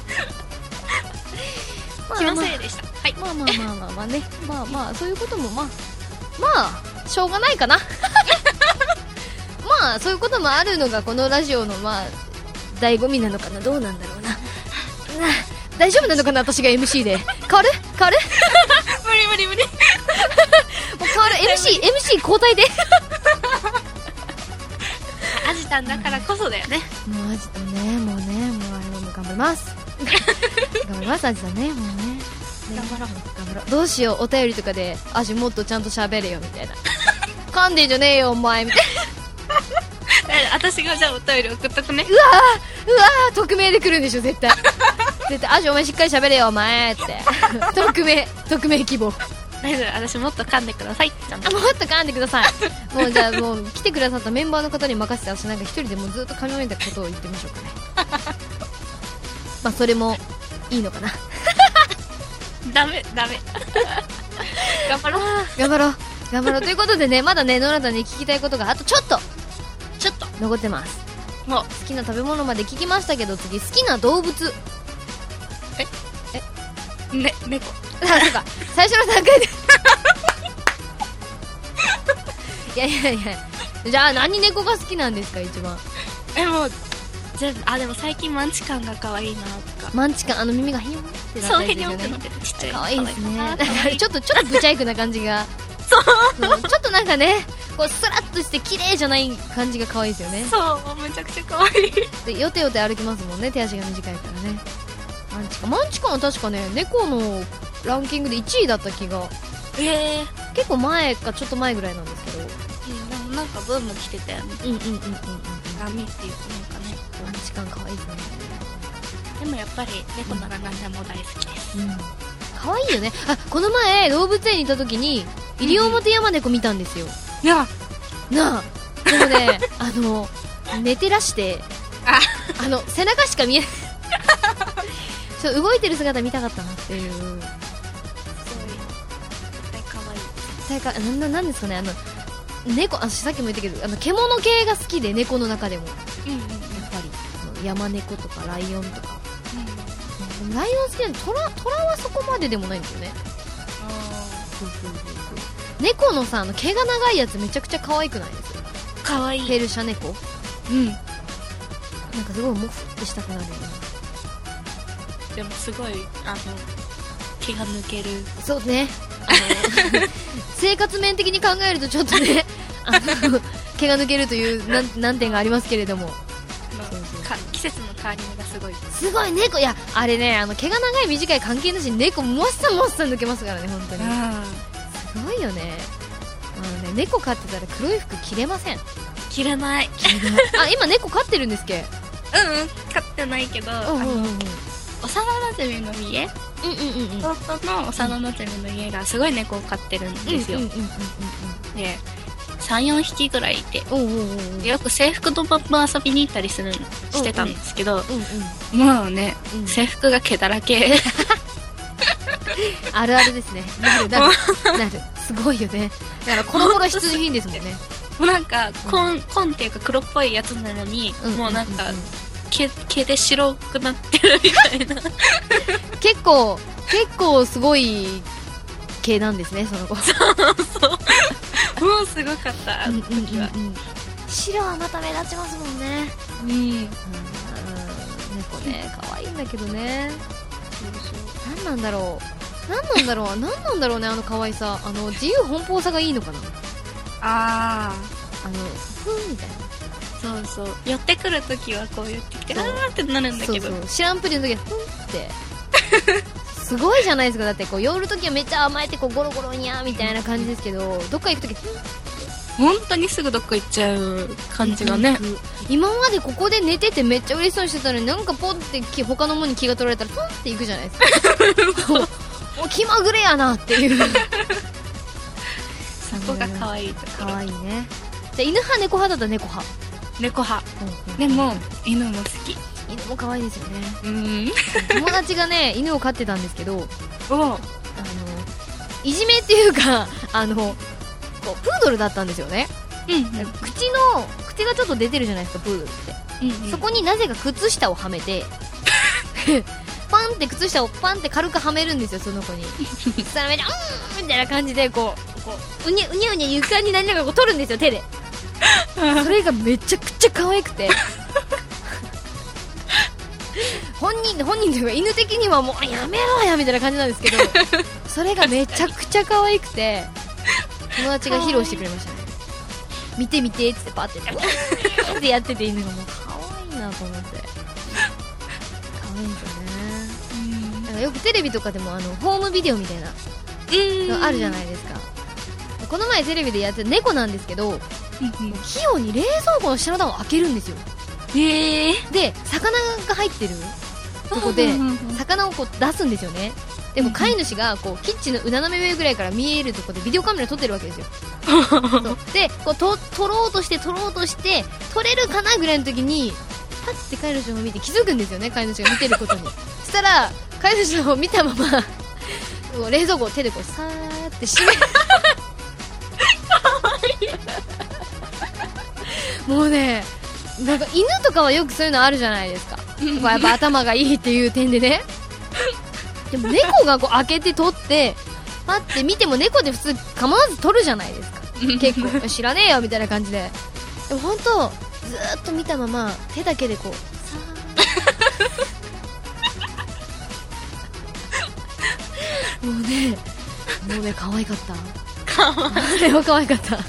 Speaker 3: 気
Speaker 2: じまあ
Speaker 3: のせいでしたはい
Speaker 2: まあまあまあまあまあねまあまあそういうこともまあまあしょうがないか [LAUGHS] なまあそういうこともあるのがこのラジオのまあ醍醐味なのかなどうなんだろうなな [LAUGHS] 大丈夫なのかな私が MC で変わる変わる
Speaker 3: 無理無理無理
Speaker 2: もう変わる MC MC 交代で
Speaker 3: アジタンだからこそだよね
Speaker 2: もうアジトねもうねもうあれはもう頑張ります [LAUGHS] 頑張りますアジトねもうね頑張ろう頑張ろうどうしようお便りとかでアジもっとちゃんと喋れよみたい [LAUGHS] な噛んでんじゃねえよお前みたいな
Speaker 3: え私がじゃあお便り送っとくね
Speaker 2: [LAUGHS] うわー匿名で来るんでしょ [LAUGHS] 絶対絶対アジお前しっかり喋れよお前って [LAUGHS] 匿名匿名希望
Speaker 3: 大丈夫私もっと噛んでくださいちゃん
Speaker 2: あ
Speaker 3: と
Speaker 2: もっと噛んでください [LAUGHS] もうじゃあもう来てくださったメンバーの方に任せて私なんか一人でもうずっと噛み終えたことを言ってみましょうか [LAUGHS] ねまあそれもいいのかな
Speaker 3: ダメダ [LAUGHS] メ頑張ろう
Speaker 2: 頑張ろう頑張ろうということでねまだね野良田に聞きたいことがあとちょっと
Speaker 3: ちょっと
Speaker 2: 残ってます
Speaker 3: もう
Speaker 2: 好きな食べ物まで聞きましたけど次好きな動物
Speaker 3: ね猫
Speaker 2: あそうか最初の段階でいやいやいやじゃあ何猫が好きなんですか一番
Speaker 3: えもう全部あでも最近マンチカンが可愛いなとか
Speaker 2: マンチカンあの耳がヒヨンってな
Speaker 3: そう
Speaker 2: った
Speaker 3: へに
Speaker 2: や
Speaker 3: ょ
Speaker 2: つ
Speaker 3: っ
Speaker 2: です
Speaker 3: て
Speaker 2: よ
Speaker 3: なっ
Speaker 2: ね
Speaker 3: てるちっちゃい
Speaker 2: 可愛いですね
Speaker 3: 可
Speaker 2: なん
Speaker 3: 愛
Speaker 2: か
Speaker 3: い
Speaker 2: ちょっとちょっとブチャイクな感じがそうちょっとなんかねこうスラッとして綺麗じゃない感じが可愛いですよね
Speaker 3: そうむちゃくちゃ可愛い
Speaker 2: でよてよて歩きますもんね手足が短いからねマンチカンマンチカンは確かね猫のランキングで1位だった気が
Speaker 3: [LAUGHS] ええ
Speaker 2: 結構前かちょっと前ぐらいなんですけど
Speaker 3: でもなんかブーム来てたよね
Speaker 2: うんうんうんうんうん
Speaker 3: 波っていうかなんかね
Speaker 2: マンチカン可愛いですね
Speaker 3: でもやっぱり猫なら何でも大好きです、
Speaker 2: 可愛いよねあこの前動物園に行った時に西表山猫見たんですよ、
Speaker 3: いや
Speaker 2: なあでもね [LAUGHS] あの寝てらしてあの背中しか見えないちょっと動いてる姿見たかったなっていう
Speaker 3: 絶対可愛い
Speaker 2: なんかなんななんですかねあの猫あさっきも言ったけどあの獣系が好きで猫の中でもやっ
Speaker 3: うんうんうん
Speaker 2: ぱりあの山猫とかライオンとか、でもライオン好きなんでトラトラはそこまででもないんですよね猫のさあの毛が長いやつめちゃくちゃ可愛くないですか
Speaker 3: 可愛い
Speaker 2: ペルシャ猫
Speaker 3: うん
Speaker 2: なんかすごいモフってしたくなるよね
Speaker 3: でもすごいあの気が抜ける
Speaker 2: そうねあの [LAUGHS] 生活面的に考えるとちょっとねあの毛が抜けるという難難点がありますけれども
Speaker 3: のか季節の変わり目がすごい
Speaker 2: すごい猫いやあれねあの毛が長い短い関係なしに猫もっさもっさ抜けますからね本当にすごいよねあのね猫飼ってたら黒い服着れませんあ
Speaker 3: 着れない
Speaker 2: 今猫飼ってるんですっけ
Speaker 3: うんうん飼ってないけど、
Speaker 2: うんうんうんうん
Speaker 3: あの幼なじみの家
Speaker 2: うんうんうん
Speaker 3: 弟の幼なじみの家がすごい猫を飼ってるんですよ、
Speaker 2: うんうんうん
Speaker 3: で34匹ぐらいいて
Speaker 2: うんうんうんうんうん
Speaker 3: よく制服のまんま遊びに行ったりするしてたんですけど、
Speaker 2: うんうん
Speaker 3: もうね、
Speaker 2: うん
Speaker 3: 制服が毛だらけ
Speaker 2: あるあるですね。なるなる。なる。すごいよね。だから、コロコロ必
Speaker 3: [LAUGHS]
Speaker 2: 需品ですもんね。
Speaker 3: もうなんか紺紺っていうか黒っぽいやつなのに、
Speaker 2: ん
Speaker 3: もうなんか
Speaker 2: んん
Speaker 3: 毛毛で白くなってるみたいな
Speaker 2: 結構、結構すごい系なんですね、その子。
Speaker 3: [LAUGHS] もうすごかったあ
Speaker 2: うんう
Speaker 3: の
Speaker 2: んうん
Speaker 3: 時は
Speaker 2: うん白はまた目立ちますもんね。
Speaker 3: うん、
Speaker 2: うん猫ね、可愛いんだけどね。何なんだろう。何なんだろう。何なんだろうね、あの可愛さ。あの、自由奔放さがいいのかな。
Speaker 3: ああ
Speaker 2: あの、ふーんみたいな。
Speaker 3: そうそう寄ってくる時はこう寄ってきてあーってなるんだけど
Speaker 2: そうそう知らんぷりの時はふんって
Speaker 3: [LAUGHS]
Speaker 2: すごいじゃないですかだってこう寄る時はめっちゃ甘えてこうゴロゴロにゃーみたいな感じですけどどっか行く時ふん
Speaker 3: 本当にすぐどっか行っちゃう感じがね、
Speaker 2: 今までここで寝ててめっちゃ嬉しそうにしてたのになんかポンってき他のものに気が取られたらふんって行くじゃないです
Speaker 3: [LAUGHS]
Speaker 2: かもうもう気まぐれやなっていうそ
Speaker 3: そこが可愛いとこ
Speaker 2: か
Speaker 3: ろ
Speaker 2: わいいねじゃあ犬派猫派だったら猫派、
Speaker 3: 猫派
Speaker 2: うん
Speaker 3: でも犬も好き
Speaker 2: 犬も可愛いですよね
Speaker 3: うん
Speaker 2: 友達がね犬を飼ってたんですけど
Speaker 3: お
Speaker 2: あのいじめっていうかあのこうプードルだったんですよね、
Speaker 3: うん
Speaker 2: 口の口がちょっと出てるじゃないですかプードルって、
Speaker 3: うん
Speaker 2: そこになぜか靴下をはめて [LAUGHS] パンって靴下をパンって軽くはめるんですよその子にそしたらめっちゃ「うーん」みたいな感じでこうこううにゃうにゃうにゃ床になりながらこう取るんですよ手でそれがめちゃくちゃ可愛くて本人本人というか犬的にはもうやめろやみたいな感じなんですけどそれがめちゃくちゃ可愛くて友達が披露してくれましたね見て見てっつってパッてやってわーってやってて犬がもう可愛いなと思って可愛いんですよねなんかよくテレビとかでもあのホームビデオみたいなのあるじゃないですかこの前テレビでやってた猫なんですけど器用に冷蔵庫の下の段を開けるんですよ
Speaker 3: ええ
Speaker 2: で魚が入ってるとこで
Speaker 3: うんうん
Speaker 2: 魚をこう出すんですよねでも飼い主がこうキッチンの斜め上ぐらいから見えるとこでビデオカメラ撮ってるわ
Speaker 3: [LAUGHS]
Speaker 2: けですよそうでこうと撮ろうとして撮ろうとして撮れるかなぐらいの時にパッて飼い主の方を見て気づくんですよね飼い主が見てること
Speaker 3: [LAUGHS]
Speaker 2: にそしたら飼い主の方を見たままこう冷蔵庫を手でこうさーって閉め
Speaker 3: [LAUGHS]
Speaker 2: かわいいもうねなんか犬とかはよくそういうのあるじゃないです [LAUGHS] かこうやっぱ頭がいいっていう点でねでも猫がこう開けて取ってパッて見ても猫で普通構わず取るじゃないですか結構知らねえよみたいな感じででも本当ずーっと見たまま手だけでこうさーもうねもうね可愛かったあ [LAUGHS] れは可愛かった
Speaker 3: [LAUGHS]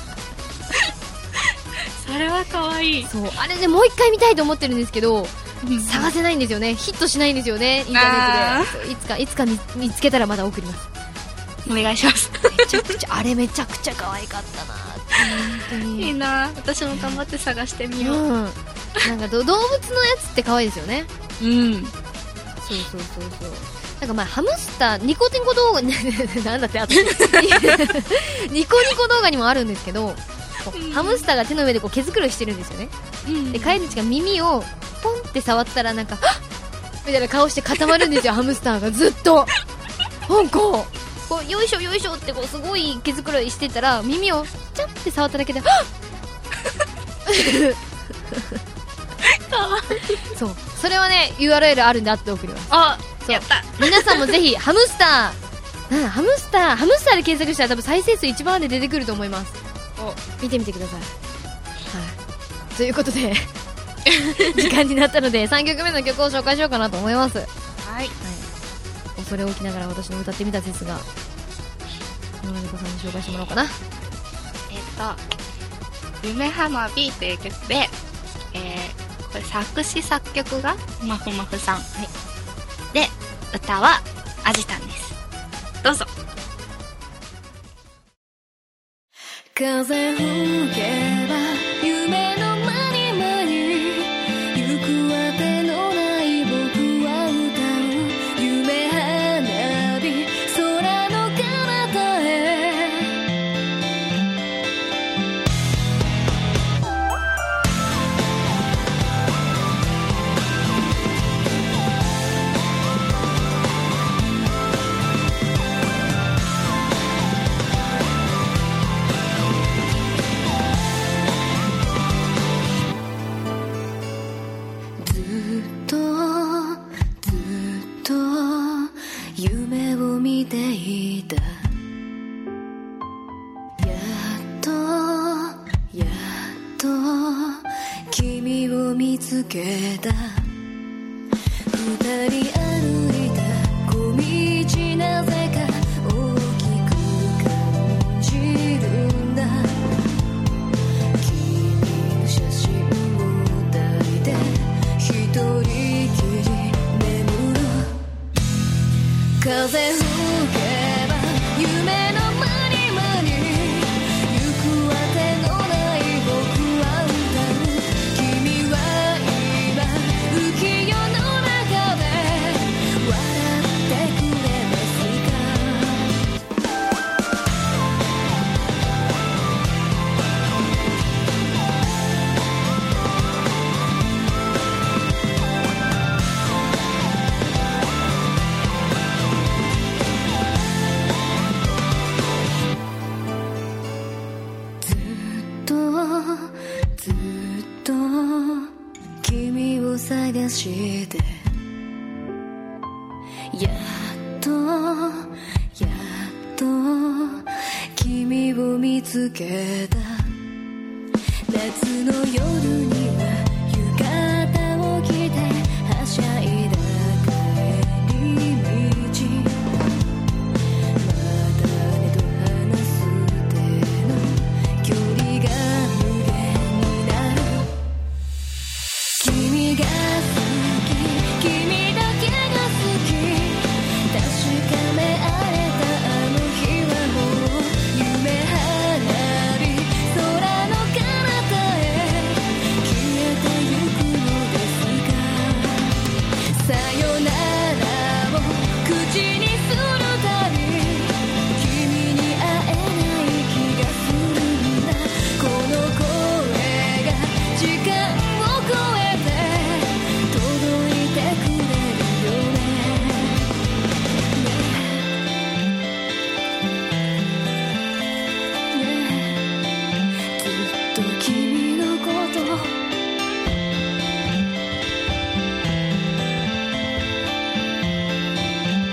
Speaker 3: それは可愛い
Speaker 2: そうあれでもう一回見たいと思ってるんですけど探せないんですよねヒットしないんですよねインターネットでそういつかいつか見見つけたらまだ送ります
Speaker 3: お願いします
Speaker 2: めちゃくちゃ [LAUGHS] あれめちゃくちゃ可愛かったな本当
Speaker 3: いい
Speaker 2: に
Speaker 3: な私も頑張って探してみ
Speaker 2: う
Speaker 3: ようん
Speaker 2: なんかど動物のやつって可愛いですよね
Speaker 3: うん
Speaker 2: そうそうそうそうなんか前ハムスターニコニコ動画 [LAUGHS] なんだってあとニコニコ動画にもあるんですけどこうハムスターが手の上でこう毛づくろいしてるんですよね、で飼い主が耳をポンって触ったらなんか「はっ!」みたいな顔して固まるんですよハムスターがずっとなんかこうよいしょよいしょってこうすごい毛づくろいしてたら耳をチャンって触っただけで「はっ!」そうそれはね URL あるんであっておくよ
Speaker 10: あ
Speaker 2: やった皆さんもぜひハムスターなんだハムスターハムスターで検索したら多分再生数一番で出てくると思います見てみてください、はい、ということで [LAUGHS] 時間になったので3曲目の曲を紹介しようかなと思います
Speaker 3: はい
Speaker 2: 恐れ多きながら私の歌ってみたですが野良猫さんに紹介してもらおうかな
Speaker 3: えっ、と「夢花火」という曲で、えーこれ作詞作曲がまふまふさん、で歌はアジタンですどうぞ
Speaker 4: 風吹けば夢の間に間に行くわけのない僕は歌う夢花火空の彼方へずっとずっと夢を見ていたやっとやっと君を見つけた二人歩いた小道なぜか大きく感じるんだ君の写真を抱いて一人きり眠ろう風吹けば夢の間に間に行くあてのない僕は歌う君は今浮世の中で笑ってくれますかずっとずっと君を探してやっとやっと君を見つけた夏の夜には浴衣を着てはしゃいだ帰り道またねと話す手の距離が無限になる君が好き君だけが好き確かめあれたあの日はもう夢花火空の彼方へ消えてゆくのですが「さよならを口にするたび」「君に会えない気がするんだ」「この声が時間を超えて届いてくれるよね」「ずっと君のこと」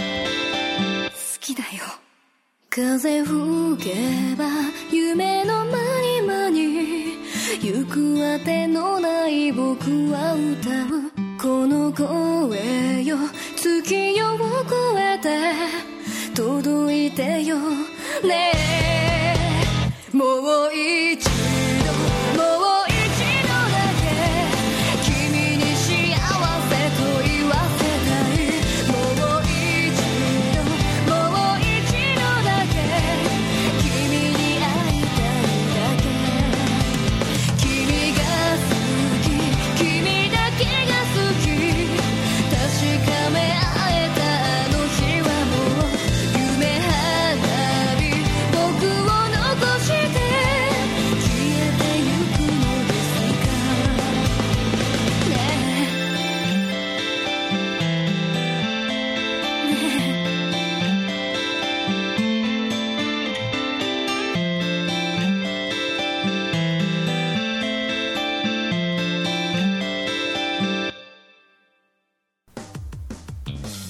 Speaker 4: 好きだよ風吹けば夢の間に間に行くあてのない僕は歌うこの声よ月夜を越えて届いてよねえもう一度もう一度だけ君に幸せと言わせたいもう一度もう一度だけ君に会いたいだけ「君が好き」「君だけが好き」「確かめ合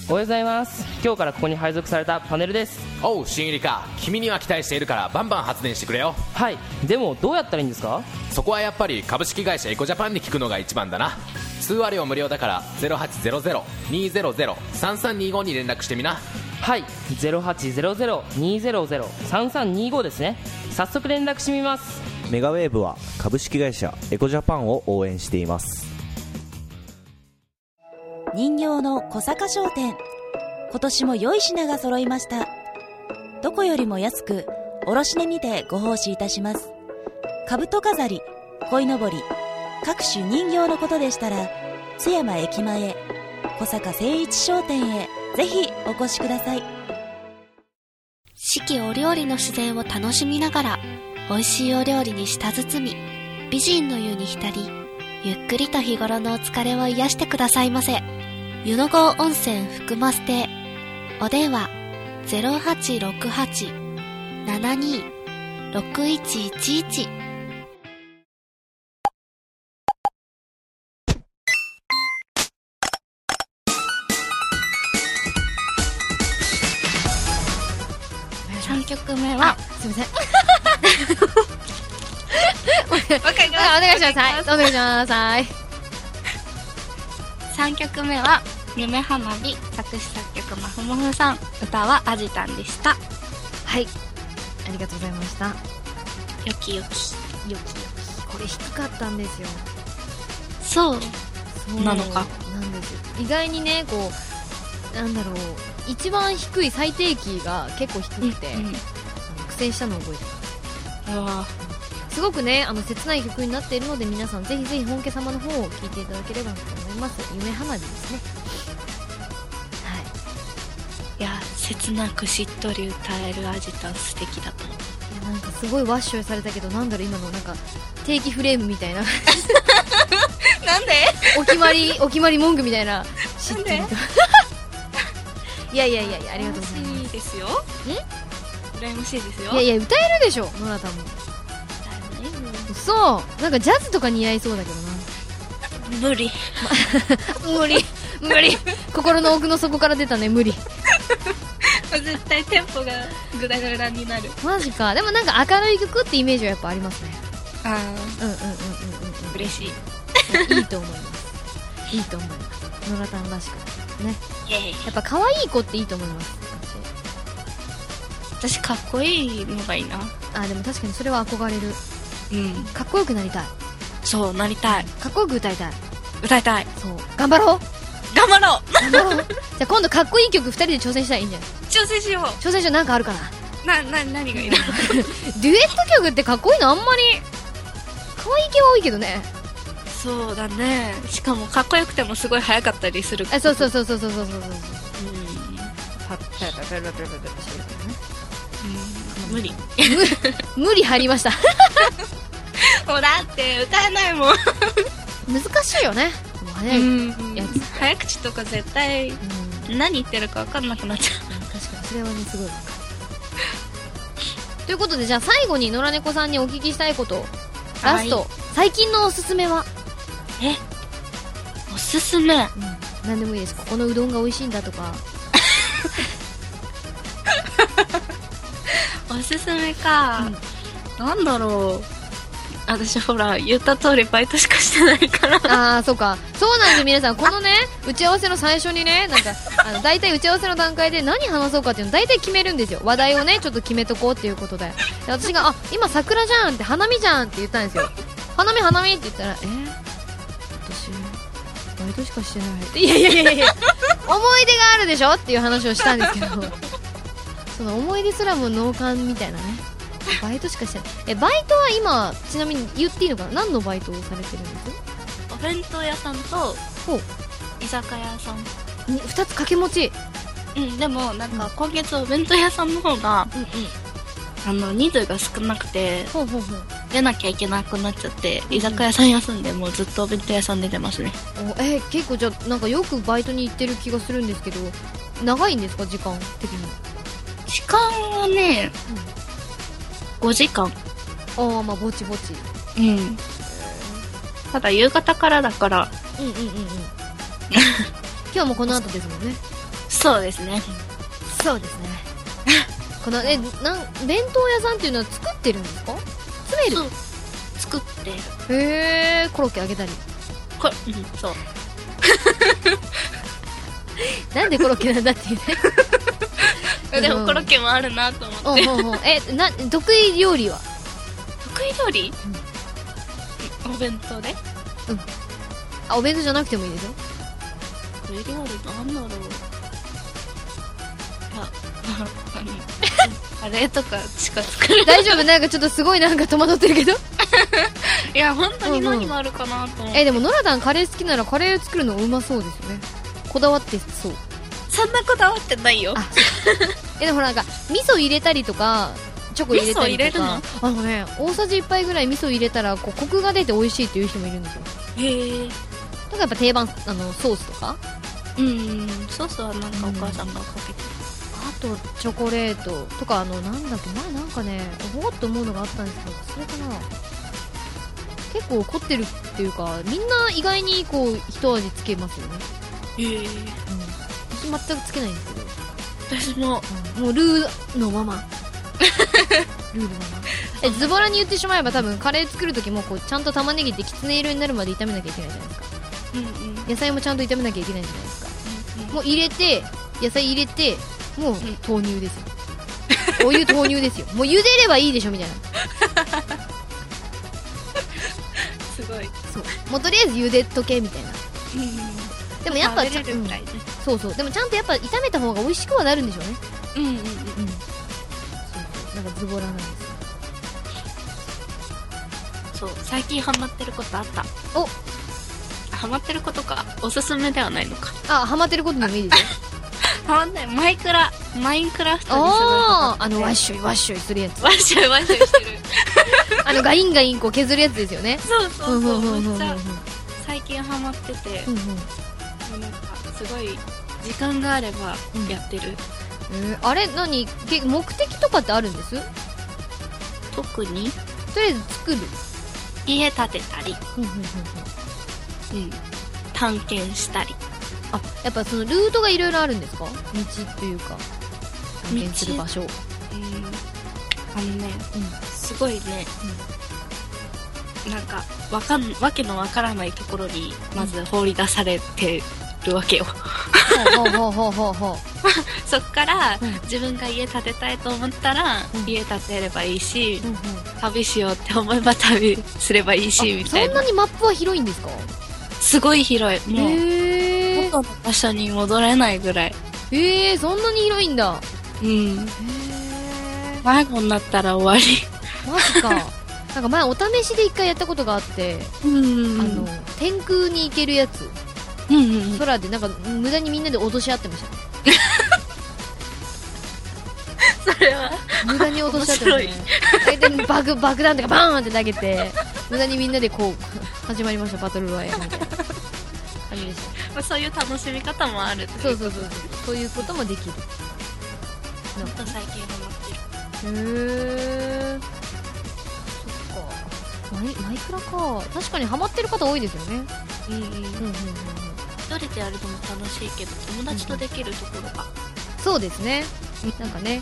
Speaker 11: おはようございます今日からここに配属されたパネルです
Speaker 12: おう新入りか君には期待しているからバンバン発電してくれよ
Speaker 11: はいでもどうやったらいいんですか
Speaker 12: そこはやっぱり株式会社エコジャパンに聞くのが一番だな通話料無料だから0800-200-3325に連絡してみな
Speaker 11: はい0800-200-3325ですね早速連絡してみます
Speaker 13: メガウェーブは株式会社エコジャパンを応援しています
Speaker 14: 人形の小坂商店今年も良い品が揃いましたどこよりも安く卸値にてご奉仕いたします兜飾り鯉のぼり各種人形のことでしたら津山駅前小坂誠一商店へぜひお越しください
Speaker 3: 四季お料理の自然を楽しみながら美味しいお料理に舌包み美人の湯に浸りゆっくりと日頃のお疲れを癒してくださいませ湯の郷温泉福マス亭お電話0868-72-61113曲目は
Speaker 2: すい [LAUGHS] ませんお願いしますはいお願いしますはい
Speaker 3: 3曲目は「夢花火」作詞作曲まふもふさん歌はアジタンでした
Speaker 2: はいありがとうございました
Speaker 3: よきよ
Speaker 2: きよきよきこれ低かったんですよ
Speaker 3: そう
Speaker 2: そう
Speaker 3: なのか
Speaker 2: なんです意外にねこうなんだろう一番低い最低キーが結構低くて、あの苦戦したのを覚えてますすごくねあの切ない曲になっているので皆さんぜひぜひ本家様の方を聴いていただければと思います夢花火ですね
Speaker 3: いや切なくしっとり歌えるアジタン素敵だと思
Speaker 2: い
Speaker 3: う
Speaker 2: やなんかすごいワッショイされたけどなんだろう今のなんか定期フレームみたいな
Speaker 3: [LAUGHS] なんで
Speaker 2: お決まりお決まり文句みたいな知ってるといやいやいやいやありがとうございます
Speaker 3: いいですよ羨ましいですよ
Speaker 2: いやいや歌えるでしょ野良田もそうなんかジャズとか似合いそうだけどな
Speaker 3: 無理
Speaker 2: 無理無理心の奥の底から出たね無理
Speaker 3: 絶対テンポがグダグダになる
Speaker 2: マジかでもなんか明るい曲ってイメージはやっぱありますね
Speaker 3: あ
Speaker 2: うんうんうんうんうん
Speaker 3: 嬉しい
Speaker 2: いいと思いますいいと思います野良田らしくね
Speaker 3: イエーイ
Speaker 2: やっぱ可愛い子っていいと思います
Speaker 3: 私かっこいいのがいいな
Speaker 2: あでも確かにそれは憧れる
Speaker 3: うん
Speaker 2: かっこよくなりたい
Speaker 3: そうなりたい
Speaker 2: かっこよく歌いたい
Speaker 3: 歌いたい
Speaker 2: そう頑張ろう
Speaker 3: 頑張ろう
Speaker 2: 頑張ろう [LAUGHS] じゃあ今度かっこいい曲2人で挑戦したらいいんじゃない
Speaker 3: 挑戦しよ
Speaker 2: 挑戦者なんかあるかな
Speaker 3: うなな何がいいの
Speaker 2: デュエット曲ってかっこいいのあんまり可愛い系は多いけどね
Speaker 3: [LAUGHS] そうだねしかもかっこよくてもすごい早かったりする
Speaker 2: あそうそうそうそうそうそうそうそう
Speaker 3: パッタタタタタタタしてるからね無 [LAUGHS] 理
Speaker 2: 無理入りました [LAUGHS]
Speaker 3: もうだって歌えないもん
Speaker 2: 難しいよねもう早いやつ
Speaker 3: 早口とか絶対何言ってるか分かんなくなっちゃ
Speaker 2: 確かにそれはねすごいわかるということでじゃあ最後に野良猫さんにお聞きしたいことラスト、
Speaker 3: はい
Speaker 2: 最近のおすすめは
Speaker 3: えおすすめ、
Speaker 2: 何でもいいですここのうどんが美味しいんだとか
Speaker 3: うおすすめか、なんだろう私ほら言った通りバイトしかしてないから
Speaker 2: ああそうかそうなんです皆さんこのね打ち合わせの最初にねなんかあの大体打ち合わせの段階で何話そうかっていうの大体決めるんですよ話題をねちょっと決めとこうっていうことでで私が「あ今桜じゃん」って「花見じゃん」って言ったんですよ「花見花見」って言ったら「え私バイトしかしてない」って「いやいやいや
Speaker 3: [LAUGHS]
Speaker 2: いや思い出があるでしょ」っていう話をしたんですけどその思い出すらも脳幹みたいなねバイトしかしてないえバイトは今ちなみに言っていいのかな何のバイトをされてるんです
Speaker 3: お弁当屋さんと
Speaker 2: ほう
Speaker 3: 居酒屋さん
Speaker 2: に2つ掛け持ち
Speaker 3: うんでもなんか今月お弁当屋さんの方が、あの人数が少なくて
Speaker 2: ほうほうほう
Speaker 3: 出なきゃいけなくなっちゃって居酒屋さん休んでもうずっとお弁当屋さん出てますね
Speaker 2: おえー結構じゃあなんかよくバイトに行ってる気がするんですけど長いんですか時間的に
Speaker 3: 時間はね、5時間
Speaker 2: ああまあぼちぼち
Speaker 3: うんただ夕方からだから
Speaker 2: [LAUGHS] うんうんうんうん今日もこの後ですもんね
Speaker 3: そうですね
Speaker 2: そうですねこのえなん弁当屋さんっていうのは作ってるんですか詰める
Speaker 3: 作ってる
Speaker 2: へえコロッケあげたり
Speaker 3: これうんそう
Speaker 2: なんでコロッケなんだって [LAUGHS] 言うね
Speaker 3: でもコロッケもあるなと思って
Speaker 2: うんうんうんえな得意料理は
Speaker 3: 得意料理、お弁当で
Speaker 2: あお弁当じゃなくてもいいですよ
Speaker 3: 得意料理なんだろうあ [LAUGHS] あれとかしか作れな
Speaker 2: 大
Speaker 3: い
Speaker 2: 丈夫なんかちょっとすごいなんか戸惑ってるけど
Speaker 3: いや本当に何があるかなと思って、
Speaker 2: えでもノラダンカレー好きならカレー作るのうまそうですよねこだわってそう
Speaker 3: そんなこだわってないよ
Speaker 2: えでもほらなんか味噌入れたりとかチョコ入れたり
Speaker 3: 味噌入れ
Speaker 2: と
Speaker 3: る
Speaker 2: か
Speaker 3: の
Speaker 2: あのね大さじ1杯ぐらい味噌入れたらこうコクが出て美味しいっていう人もいるんですよ
Speaker 3: へ
Speaker 2: だ
Speaker 3: え
Speaker 2: からやっぱ定番あのソースとか
Speaker 3: うんソースはなんかお母さんがかけて
Speaker 2: あとチョコレートとかあのなんだっけ前なんかねおおっと思うのがあったんですけどそれかな結構凝ってるっていうかみんな意外にこう一味つけますよね
Speaker 3: るへえ
Speaker 2: 私全くつけないんですけど
Speaker 3: 私も、
Speaker 2: もうルーのま [LAUGHS] まルーのままえズボラに言ってしまえば多分カレー作る時もこうちゃんと玉ねぎってきつね色になるまで炒めなきゃいけないじゃないですか
Speaker 3: うんうん
Speaker 2: 野菜もちゃんと炒めなきゃいけないじゃないですかもう入れて野菜入れてもう豆乳です [LAUGHS] よ、お湯豆乳ですよもう茹でればいいでしょみたいな
Speaker 3: すごい
Speaker 2: そうもうとりあえず茹でとけみたいなでもやっぱちゃん
Speaker 3: 食べれるぐらいね
Speaker 2: そうそうでもちゃんとやっぱ炒めた方が美味しくはなるんでしょうね
Speaker 3: うんうんうん
Speaker 2: なんかズボラなんですよ
Speaker 3: そう最近ハマってることあった
Speaker 2: お
Speaker 3: ハマってることかおすすめではないのか
Speaker 2: あハマってることでもいいですよ
Speaker 3: ハマってマイクラマインクラフトにすごい
Speaker 2: あ
Speaker 3: ハ
Speaker 2: ああのワッシュイワッシュイするや
Speaker 3: [LAUGHS]
Speaker 2: つ
Speaker 3: マワッシュワッシュしてる
Speaker 2: あのガインガインこう削るやつですよね
Speaker 3: [LAUGHS] そうそ
Speaker 2: う
Speaker 3: うそう
Speaker 2: んうんうんうんうん
Speaker 3: めっちゃ最近ハマってて、
Speaker 2: うんうん
Speaker 3: なんかすごい時間があればやってる、
Speaker 2: えーあれ何け目的とかってあるんです
Speaker 3: 特に
Speaker 2: とりあえず作る
Speaker 3: 家建てたり、
Speaker 2: うんうんうんうん
Speaker 3: うん、探検したり
Speaker 2: あやっぱそのルートがいろいろあるんですか道というか探検する場所
Speaker 3: 道あのね、すごいね、なんかわかんわけのわからないところにまず放り出されてるわけ
Speaker 2: [LAUGHS]
Speaker 3: よ
Speaker 2: ほうほうほうほうほう
Speaker 3: そっから自分が家建てたいと思ったら、家建てればいいし、旅しようって思えば旅すればいいしみたい
Speaker 2: そんな
Speaker 3: な
Speaker 2: にマップは広いんですか
Speaker 3: すごい広いもう
Speaker 2: へ
Speaker 3: 元の場所に戻れないぐらい
Speaker 2: えー、そんなに広いんだ
Speaker 3: うん迷子になったら終わり
Speaker 2: マジかなんか前お試しで一回やったことがあって、
Speaker 3: うん
Speaker 2: あの天空に行けるやつ、空でなんか無駄にみんなで脅し合ってましたねそれは無駄に脅し合ってましたね大体爆爆弾とかバーンって投げて無駄にみんなでこう始まりましたバトルロイヤルみたいな感じでした
Speaker 3: まあ、そういう楽しみ方もある
Speaker 2: そうそうそうそうそういうこともできる
Speaker 3: なんか最近ハマってる
Speaker 2: へえそっかマイマイクラか確かにハマってる方多いですよね
Speaker 3: うんうん
Speaker 2: うんうんうん
Speaker 3: 一人でやるのも楽しいけど友達とできるところが
Speaker 2: そうですねなんかね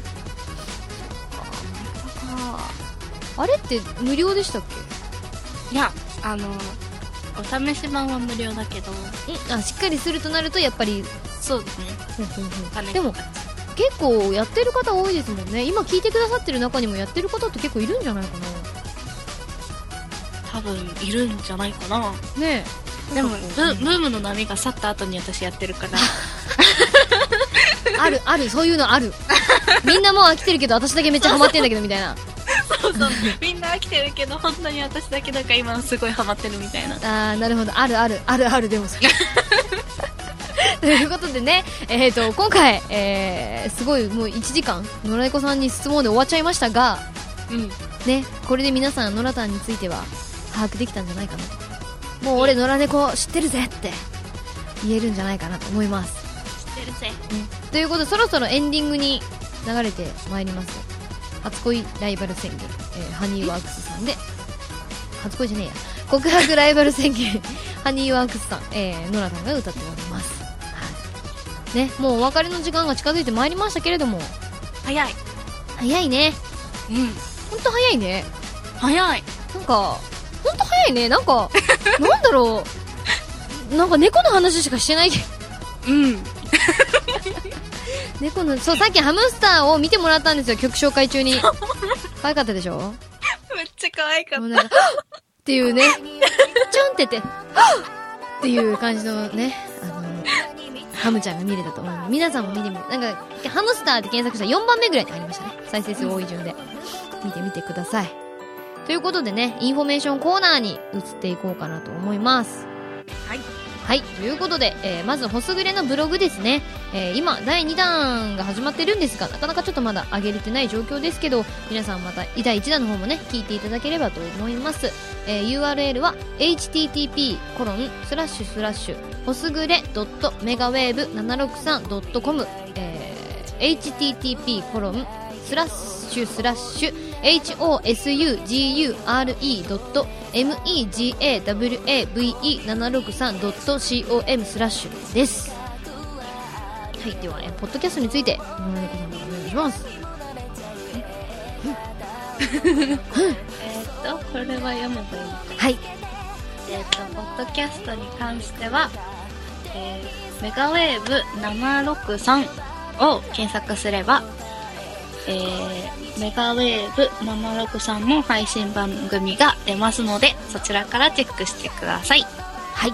Speaker 2: そっかマイクラかあれって無料でしたっ
Speaker 3: いやあのお試し版は無料だけど
Speaker 2: けあしっかりするとなるとやっぱり
Speaker 3: そうですね
Speaker 2: でも結構やってる方多いですもんね今聞いてくださってる中にもやってる方って結構いるんじゃないかな
Speaker 3: 多分いるんじゃないかな
Speaker 2: ね
Speaker 3: でもブブームの波が去った後に私やってるから
Speaker 2: あるあるそういうの [LAUGHS] あるみんなもう飽きてるけど私だけめっちゃハマってんだけどみたいな
Speaker 3: そうそうみんな飽きてるけど本当に私だけなんか今すごいハマってるみたいな
Speaker 2: あーなるほどあるあるあるあるでもそれ [LAUGHS] ということでね、えー、と今回、えーすごいもう1時間野良猫さんに質問で終わっちゃいましたが、
Speaker 3: うん
Speaker 2: ね、これで皆さん野良さんについては把握できたんじゃないかなともう俺野良猫知ってるぜって言えるんじゃないかなと思います
Speaker 3: 知ってるぜ
Speaker 2: ということでそろそろエンディングに流れてまいります初恋ライバル宣言、えーハニーワークスさんで初恋じゃねえや告白 [LAUGHS] ライバル宣言ハニーワークスさん、えー、ノラさんが歌っております、はいねもうお別れの時間が近づいてまいりましたけれども
Speaker 3: 早い
Speaker 2: 早いね
Speaker 3: うん
Speaker 2: ほんと早いね
Speaker 3: 早い
Speaker 2: なんかほんと早いねなんかなんだろ
Speaker 3: [LAUGHS]
Speaker 2: うなんか猫の話しかしてないけ
Speaker 3: うん
Speaker 2: 猫のそうさっきハムスターを見てもらったんですよ曲紹介中 [LAUGHS] に可愛かったでしょ
Speaker 3: めっちゃ可愛か
Speaker 2: った。っていうね、ちょんってて、っていう感じのね、あの、ハムちゃんが見れたと思うので皆さんも見てみて、なんか、ハムスターで検索したら4番目ぐらいにありましたね。再生数多い順で。見てみてください。ということでね、インフォメーションコーナーに移っていこうかなと思います。
Speaker 3: はい。
Speaker 2: はい、ということで、えーまず、ホスグレのブログですね。えー今、第2弾が始まってるんですが、なかなかちょっとまだ上げれてない状況ですけど、皆さんまた、第1弾の方もね、聞いていただければと思います。えー URL は、http:// コロンスラッシュスラッシュ、ホスグレ .megawave763.com、えー http:// コロンスラッシュスラッシュ hosugure.megawave763.com スラッシュです。はい、ではね、ポッドキャストについて、野々猫さんからお願いします。
Speaker 3: えっとこれは読めばいいのか
Speaker 2: はい。
Speaker 3: えっとポッドキャストに関しては、えーメガウェーブ763を検索すれば、えーメガウェーブ763の配信番組が出ますのでそちらからチェックしてくださいはい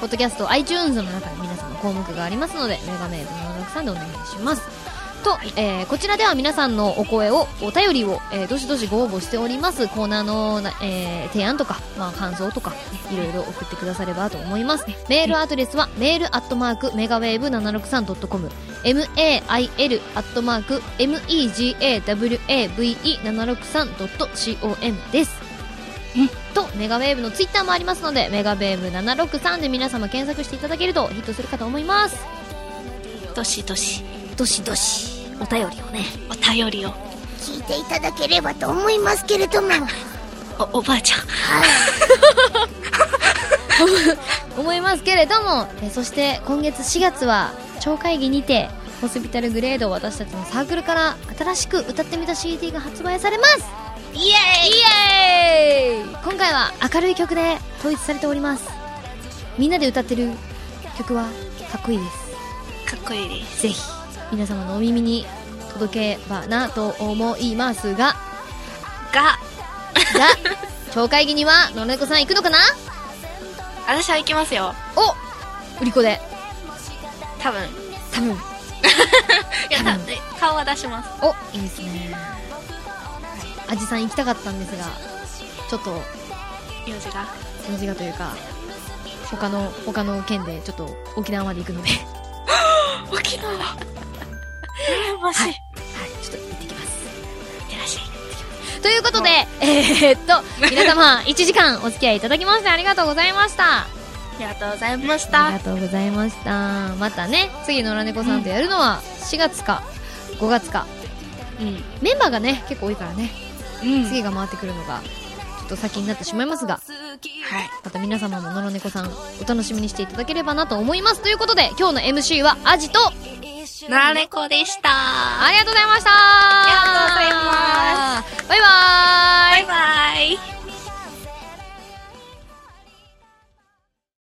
Speaker 2: ポッドキャスト iTunes の中に皆さんの項目がありますのでメガメール763でお願いしますと、えーこちらでは皆さんのお声をお便りを、えーどしどしご応募しておりますコーナーのな、えー提案とか、まあ、感想とかいろいろ送ってくださればと思いますメールアドレスはメールアットマークメガウェーブ 763.com mail アットマーク megawave763.com ですとメガウェーブのツイッターもありますのでメガウェーブ763で皆様検索していただけるとヒットするかと思います
Speaker 3: どしどし
Speaker 2: どしどしお便りをね
Speaker 3: お便りを
Speaker 4: 聞いていただければと思いますけれども
Speaker 3: おおばあちゃん [LAUGHS]
Speaker 2: 思いますけれどもえそして今月4月は超会議にてホスピタルグレードを私たちのサークルから新しく歌ってみた CD が発売されます
Speaker 4: イ
Speaker 2: エーイ今回は明るい曲で統一されておりますみんなで歌ってる曲はかっこいいです
Speaker 3: かっこいいです
Speaker 2: ぜひ皆様のお耳に届けばなと思いますが
Speaker 3: が
Speaker 2: が超会議には野々猫さん行くのかな
Speaker 3: 私は行きますよ
Speaker 2: お売り子で
Speaker 3: 多分
Speaker 2: 多分
Speaker 3: いやだって顔は出します
Speaker 2: おいいですねあじさん行きたかったんですがちょっと
Speaker 3: 用事が
Speaker 2: 用事がというか他の他の県でちょっと沖縄まで行く [LAUGHS] ので
Speaker 3: 沖縄羨ましい、はい、
Speaker 2: ちょっと行ってきます
Speaker 3: いってらっしゃい
Speaker 2: ということで、えーっと、皆様、1時間お付き合いいただきましてありがとうございました。
Speaker 3: ありがとうございまし
Speaker 2: ありが
Speaker 3: た
Speaker 2: とうございました。またね、次の野良猫さんとやるのは、4月か、5月か。
Speaker 3: うん
Speaker 2: メンバーがね、結構多いからね、
Speaker 3: うん
Speaker 2: 次が回ってくるのが、ちょっと先になってしまいますが、また皆様も野良猫さん、お楽しみにしていただければなと思います。ということで、今日の MC は、アジと、
Speaker 3: ならねこでした
Speaker 2: ありがとうございました
Speaker 3: ありがとうござ
Speaker 2: バイ
Speaker 3: います
Speaker 2: バーイ
Speaker 3: バイバイ